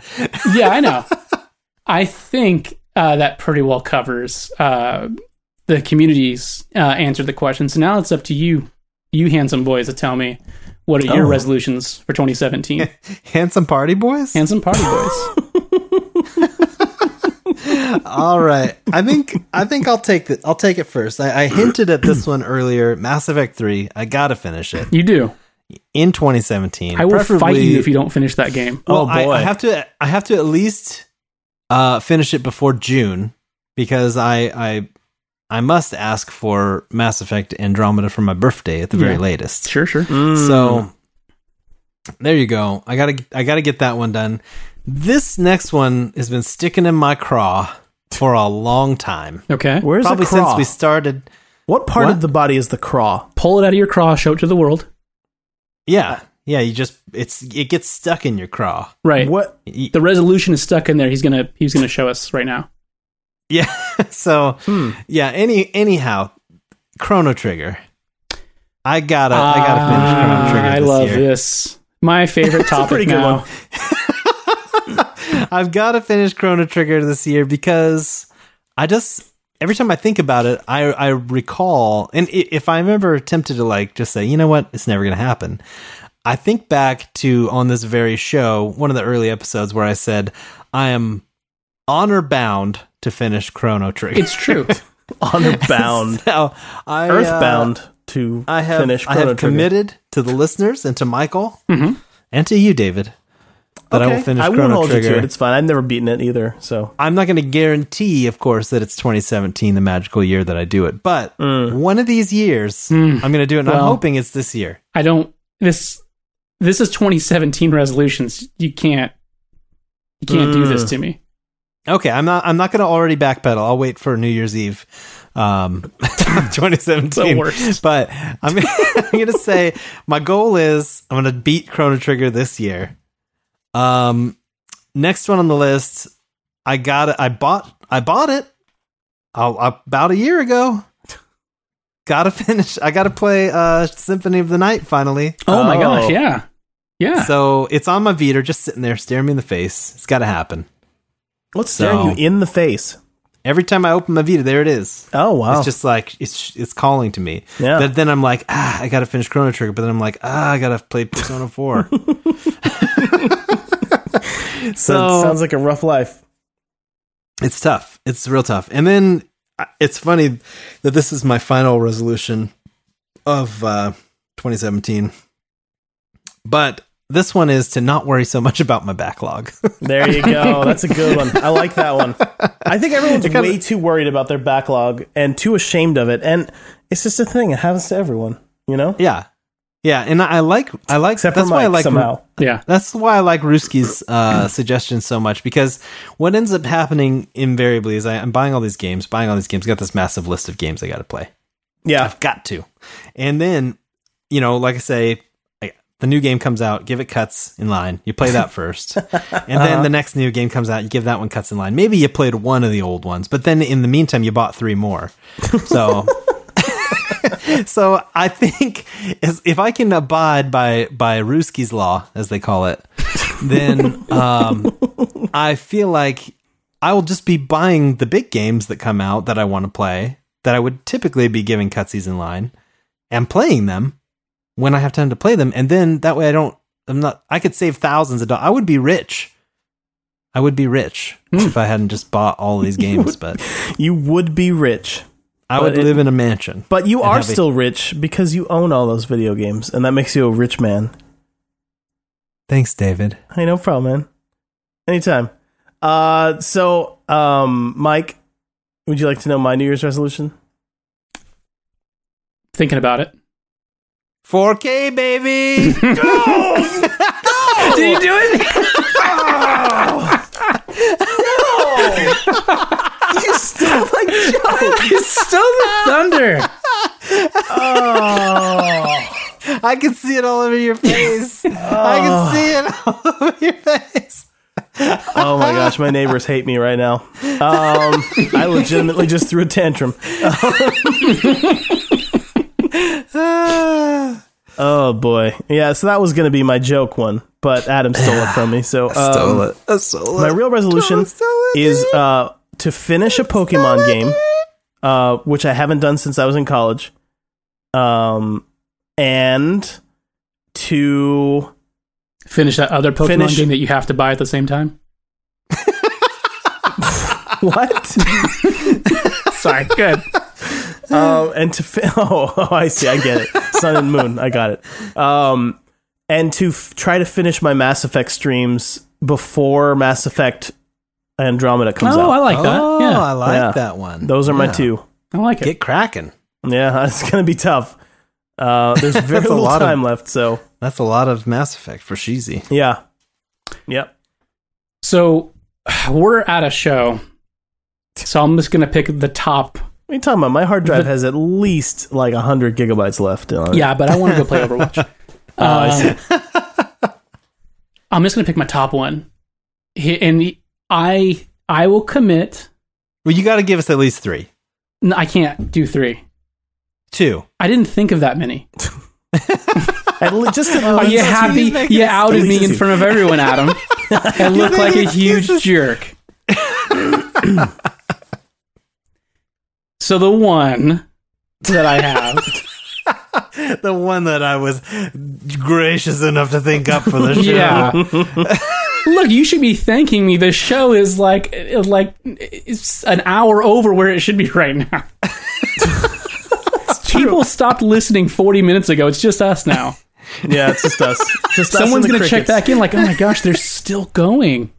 yeah, I know. I think uh, that pretty well covers uh, the community's uh, answer to the question. So now it's up to you, you handsome boys, to tell me what are your Oh. resolutions for 2017. Handsome party boys. handsome party boys. All right. I think I think I'll take the, I'll take it first. I, I hinted at this one earlier. Mass Effect Three. I gotta finish it You do. in 2017. I will fight preferably- you if you don't finish that game. Well, Oh, I- boy. I, have to. I have to at least uh, finish it before June because I I I must ask for Mass Effect Andromeda for my birthday at the very Yeah. latest. Sure, sure. Mm. So Mm-hmm. there you go. I gotta I gotta get that one done. This next one has been sticking in my craw for a long time. Okay. Where's Probably the craw? since we started. what part What? of the body is the craw? Pull it out of your craw, show it to the world. Yeah, yeah. You just it's it gets stuck in your craw. Right. What? Y- The resolution is stuck in there. He's gonna he's gonna show us right now. Yeah. so Hmm. yeah. Any anyhow, Chrono Trigger. I gotta I gotta finish Ah, Chrono Trigger. Ah, I this love year. this. My favorite topic pretty good now. one. I've got to finish Chrono Trigger this year because I just every time I think about it, I I recall, and i- if I'm ever tempted to like just say, you know what, it's never going to happen. I think back to on this very show, one of the early episodes where I said I am honor bound to finish Chrono Trigger. It's true. Honor bound. now I, uh, Earthbound to I have finish I Chrono have Trigger. Mm-hmm. committed to the listeners and to Michael and to you, David, that I will Okay. finish I won't Chrono hold Trigger. you to it. It's fine. I've never beaten it either. So I'm not going to guarantee, of course, that it's 2017, the magical year that I do it. But one of these years, I'm going to do it. And I'm Well- hoping it's this year. I don't this this is 2017 resolutions. You can't you can't do this to me. Okay, I'm not. I'm not going to already backpedal. I'll wait for New Year's Eve, um, 2017. The worst. But I'm, I'm going to say my goal is I'm going to beat Chrono Trigger this year. Um, next one on the list, I got it. I bought. I bought it uh, about a year ago. Gotta finish. I gotta play uh, Symphony of the Night finally. Oh, my Oh. gosh, yeah. Yeah. So it's on my Vita, just sitting there staring me in the face. It's gotta happen. what's staring So- you in the face? Every time I open my Vita, there it is. Oh wow! It's just like it's it's calling to me. Yeah. But then I'm like, ah, I gotta finish Chrono Trigger. But then I'm like, ah, I gotta play Persona Four. so, so it sounds like a rough life. it's tough. It's real tough. And then uh, it's funny that this is my final resolution of uh, 2017. But this one is to not worry so much about my backlog. There you go. That's a good one. I like that one. I think everyone's way too worried about their backlog and too ashamed of it, and it's just a thing. It happens to everyone, you know. yeah, yeah. And I I like I like Except that's for why Mike I like somehow. yeah. That's why I like Ruski's uh, suggestion so much because what ends up happening invariably is I, I'm buying all these games, buying all these games, got this massive list of games I got to play. Yeah, I've got to. And then, you know, like I say, I, the new game comes out, give it cuts in line. You play that first. and then the next new game comes out, you give that one cuts in line. Maybe you played one of the old ones, but then in the meantime, you bought three more. So. So I think as, if I can abide by by Ruski's law, as they call it, then um, I feel like I will just be buying the big games that come out that I want to play that I would typically be giving cutscenes in line and playing them when I have time to play them, and then that way I don't I'm not. I could save thousands of dollars. I would be rich. I would be rich Hmm. if I hadn't just bought all these games. But You would be rich, I would But it- live in a mansion. but you And are have a- still rich because you own all those video games, and that makes you a rich man. Thanks, David. Hey, no problem, man. Anytime. Uh, so, um, Mike, would you like to know my New Year's resolution? Thinking about it. 4K, baby. Did you do it? You stole my joke. you stole the thunder. I can see it all over your face. I can see it all over your face. Oh my gosh, my neighbors hate me right now. Um, I legitimately just threw a tantrum. Ah. Oh boy, yeah. So that was gonna be my joke one, but Adam stole it from me. So um, Stole it. I stole my it. real resolution Stole it, is dude. uh, to finish a Pokemon game, uh, which I haven't done since I was in college, um, and to Finish that other Pokemon Finish- game that you have to buy at the same time. what? Sorry. Good. um, and to fi- oh, oh, I see, I get it. Sun and Moon, I got it. Um, and to f- try to finish my Mass Effect streams before Mass Effect Andromeda comes Oh, I out. like that. oh, I Yeah, like Yeah. that one. Those are my Yeah. two. I like it. Get cracking. Yeah, it's gonna be tough. Uh, there's very That's a little lot of- time left, so That's a lot of Mass Effect for Sheezy. yeah, yep. So we're at a show, so I'm just gonna pick the top. What are you talking about? My hard drive has at least like hundred gigabytes left on it. Yeah, but I want to go play Overwatch. Um, Oh, I see. I'm just gonna pick my top one, He- and he- I I will commit. Well, you got to give us at least three. No, I can't do three. Two. I didn't think of that many. At le- just at Are you least- happy? make You it outed me in easy. front of everyone, Adam. I look make like a excuses. huge jerk. so the one that I have. The one that I was gracious enough to think up for the show. Yeah. Look, you should be thanking me. The show is like is like it's an hour over where it should be right now. People stopped listening 40 minutes ago. It's just us now. Yeah, it's just us. Just Someone's going going to to check back in like, "Oh my gosh, they're still going."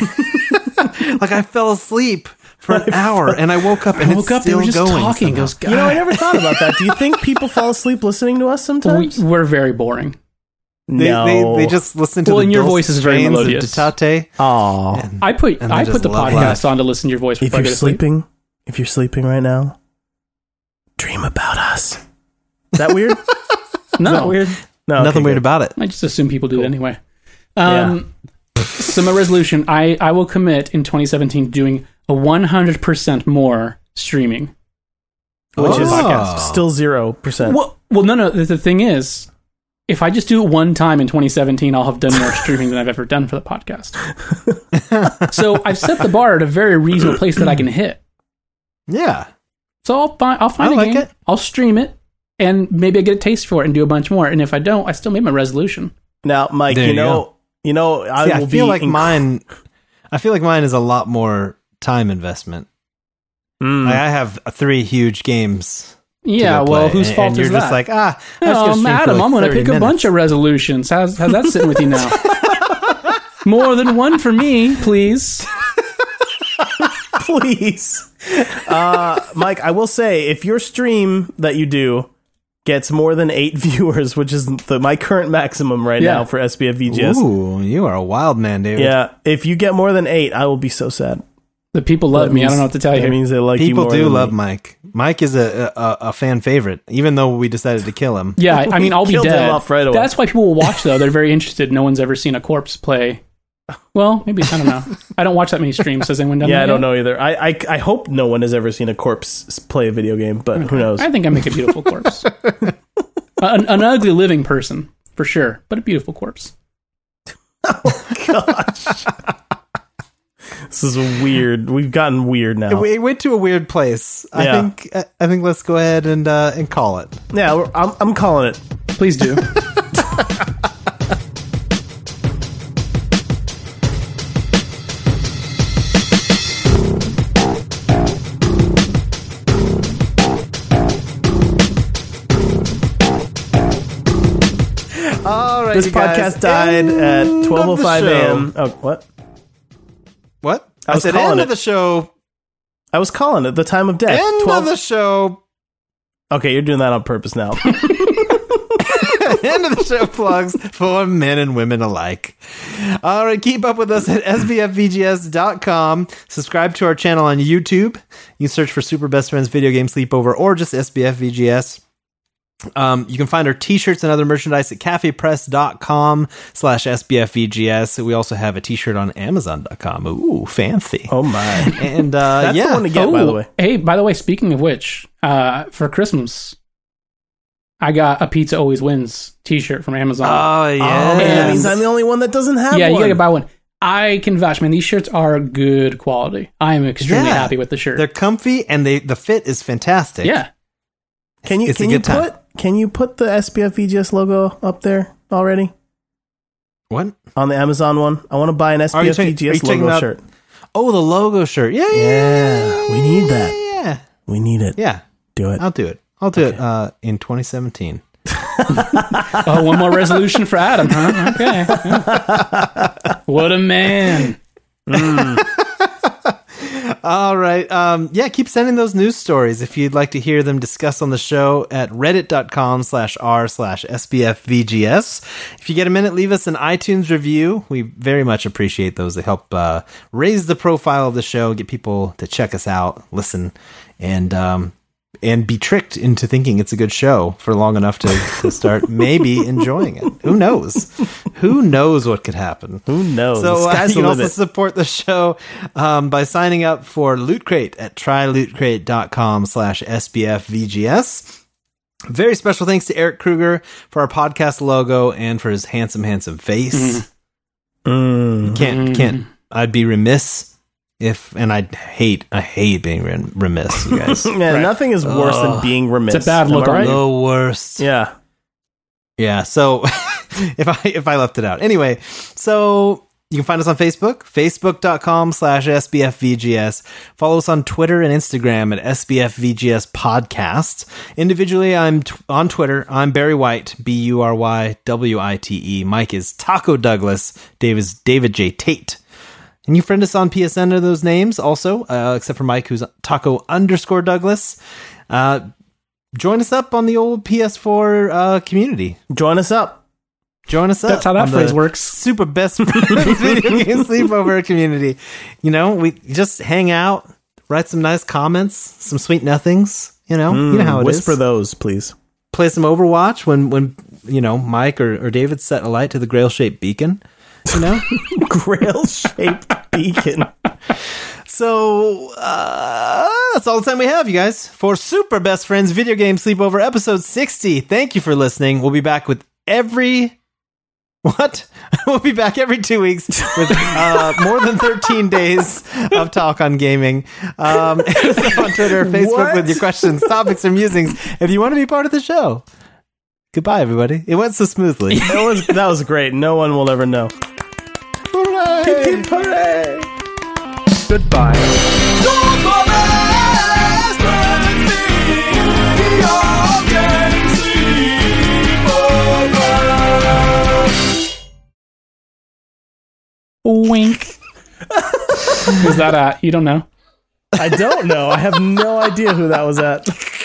Like I fell asleep for an hour and I woke up and I woke it's up, they still were just going talking. somehow. Goes, God, You know, I never thought about that. Do you think people fall asleep listening to us sometimes? we, are very boring. They, they, they just listen to Well, the and your dulcet voice is very strains of melodious. Ditate. Aw. I put And they I just put the love life. podcast on to listen to your voice If before I you're go to sleep. sleeping, if you're sleeping right now, dream about us. Is that weird? No, No, okay, Nothing weird good. about it. I just assume people do it anyway. Um, So my resolution, I, I will commit in 2017 to doing a 100% more streaming. Which is Oh. still zero percent. Well, well, no, no. The, the thing is, if I just do it one time in 2017, I'll have done more streaming than I've ever done for the podcast. so I've set the bar at a very reasonable place that I can hit. Yeah. So I'll find I'll find I a like game, it. I'll stream it, and maybe I get a taste for it and do a bunch more. And if I don't, I still made my resolution. Now, Mike, There you you know, you know, I See, I will feel be like inc- mine. I feel like mine is a lot more time investment. Mm. Like, I have three huge games. to Yeah, go well, play, whose and- fault and is you're that? just like ah. I just gonna Oh, stream for madam, like I'm going to 30 pick a minutes. bunch of resolutions. How's, how's that sitting with you now? More than one for me, please. please. Uh, Mike, I will say if your stream that you do gets more than eight viewers, which is the, my current maximum right Yeah. now for SBF VGS. Ooh, you are a wild man, David. Yeah, if you get more than eight, I will be so sad. The people love That me. I means- don't know what to tell you. That means they like you People more do than love me. Mike. Mike is a, a a fan favorite, even though we decided to kill him. yeah, I mean, I'll be Killed him dead. off right away. That's why people will watch, though. They're very interested. No one's ever seen a corpse play. Well, maybe. I don't know. I don't watch that many streams. Has anyone done Yeah, that? I don't yet? know either. I, I I hope no one has ever seen a corpse s- play a video game, but who knows? I think I make a beautiful corpse. an, an ugly living person, for sure, but a beautiful corpse. This is weird. We've gotten weird now. It, it went to a weird place. I Yeah. think I- I think let's go ahead and uh, and call it. yeah, we're- I'm I'm calling it. Please do. right, this you guys. podcast died End at of the 12:05 a.m. Oh, what? What? I was said calling end it. of the show. I was calling it the time of death. End 12 of the show. okay, you're doing that on purpose now. End of the show plugs for men and women alike. All right, keep up with us at sbfvgs.com. Subscribe to our channel on YouTube. You can search for Super Best Friends Video Game Sleepover or just SBFVGS. Um, you can find our t-shirts and other merchandise at cafepress.com slash SBFVGS. We also have a t-shirt on amazon.com. Ooh, fancy. oh my. And uh, That's yeah. the one to get, by the Ooh, way. Hey, by the way, speaking of which, uh, for Christmas, I got a Pizza Always Wins t shirt from Amazon. Oh, yeah. Oh, man, that And- means I'm the only one that doesn't have yeah, one. you gotta buy one. I can vouch, man, these shirts are good quality. I am extremely Yeah. happy with the shirt. They're comfy and they the fit is fantastic. yeah. Can you It's a can you good time. put can you put the SPF VGS logo up there already What? on the Amazon one? I want to buy an Are you SPF talking- are you VGS talking logo about- shirt. Oh, the logo shirt. Yeah, yeah, Yeah, we need that. yeah, yeah. We need it. Yeah, Uh, Do it. I'll do it. I'll do it uh, in 2017. Oh, one more resolution for Adam, huh? Okay. Yeah. What a man. All right. Um, yeah, keep sending those news stories if you'd like to hear them discussed on the show at reddit.com slash r slash sbfvgs. If you get a minute, leave us an iTunes review. We very much appreciate those. They help uh, raise the profile of the show, get people to check us out, listen, and um, and be tricked into thinking it's a good show for long enough to, to start maybe enjoying it. Who knows? Who knows what could happen? Who knows? So the uh, sky's you the can also limit. support the show um, by signing up for Loot Crate at trylootcrate.com slash SBFVGS. Very special thanks to Eric Kruger for our podcast logo and for his handsome, handsome face. Mm. Can't, can't, I'd be remiss if, and I hate, I hate being rem- remiss, you guys. Man, nothing is worse than being remiss. It's a bad Am I look on right? you. the worst. Yeah. Yeah. So if I if I left it out. Anyway, so you can find us on Facebook, facebook.com slash SBFVGS. Follow us on Twitter and Instagram at SBFVGS Podcast. Individually, I'm t- on Twitter. I'm Barry White, B U R Y W I T E. Mike is Taco Douglas. Dave is David J. Tate. And you friend us on PSN under those names also, uh, except for Mike, who's Taco underscore Douglas. Uh, join us up on the old PS4 uh, community. Join us up. Join us up. That's how that on the phrase works. Super best friends video game sleepover community. You know, we just hang out, write some nice comments, some sweet nothings. You know, you Mm, know how it is. Whisper those, please. Play some Overwatch when when you know Mike or, or David set a light to the grail shaped beacon. You know. Grail shaped beacon. So uh, that's all the time we have, you guys, for Super Best Friends Video Game Sleepover episode 60. Thank you for listening. We'll be back with every. What? We'll be back every two weeks with uh, more than 13 days of talk on gaming. Um, hit us up on Twitter or Facebook What? with your questions, topics, or musings if you want to be part of the show. Goodbye, everybody. It went so smoothly. That was that was great. No one will ever know. Hooray! Goodbye. Wink. Was that uh you don't know? I don't know. I have no idea who that was at.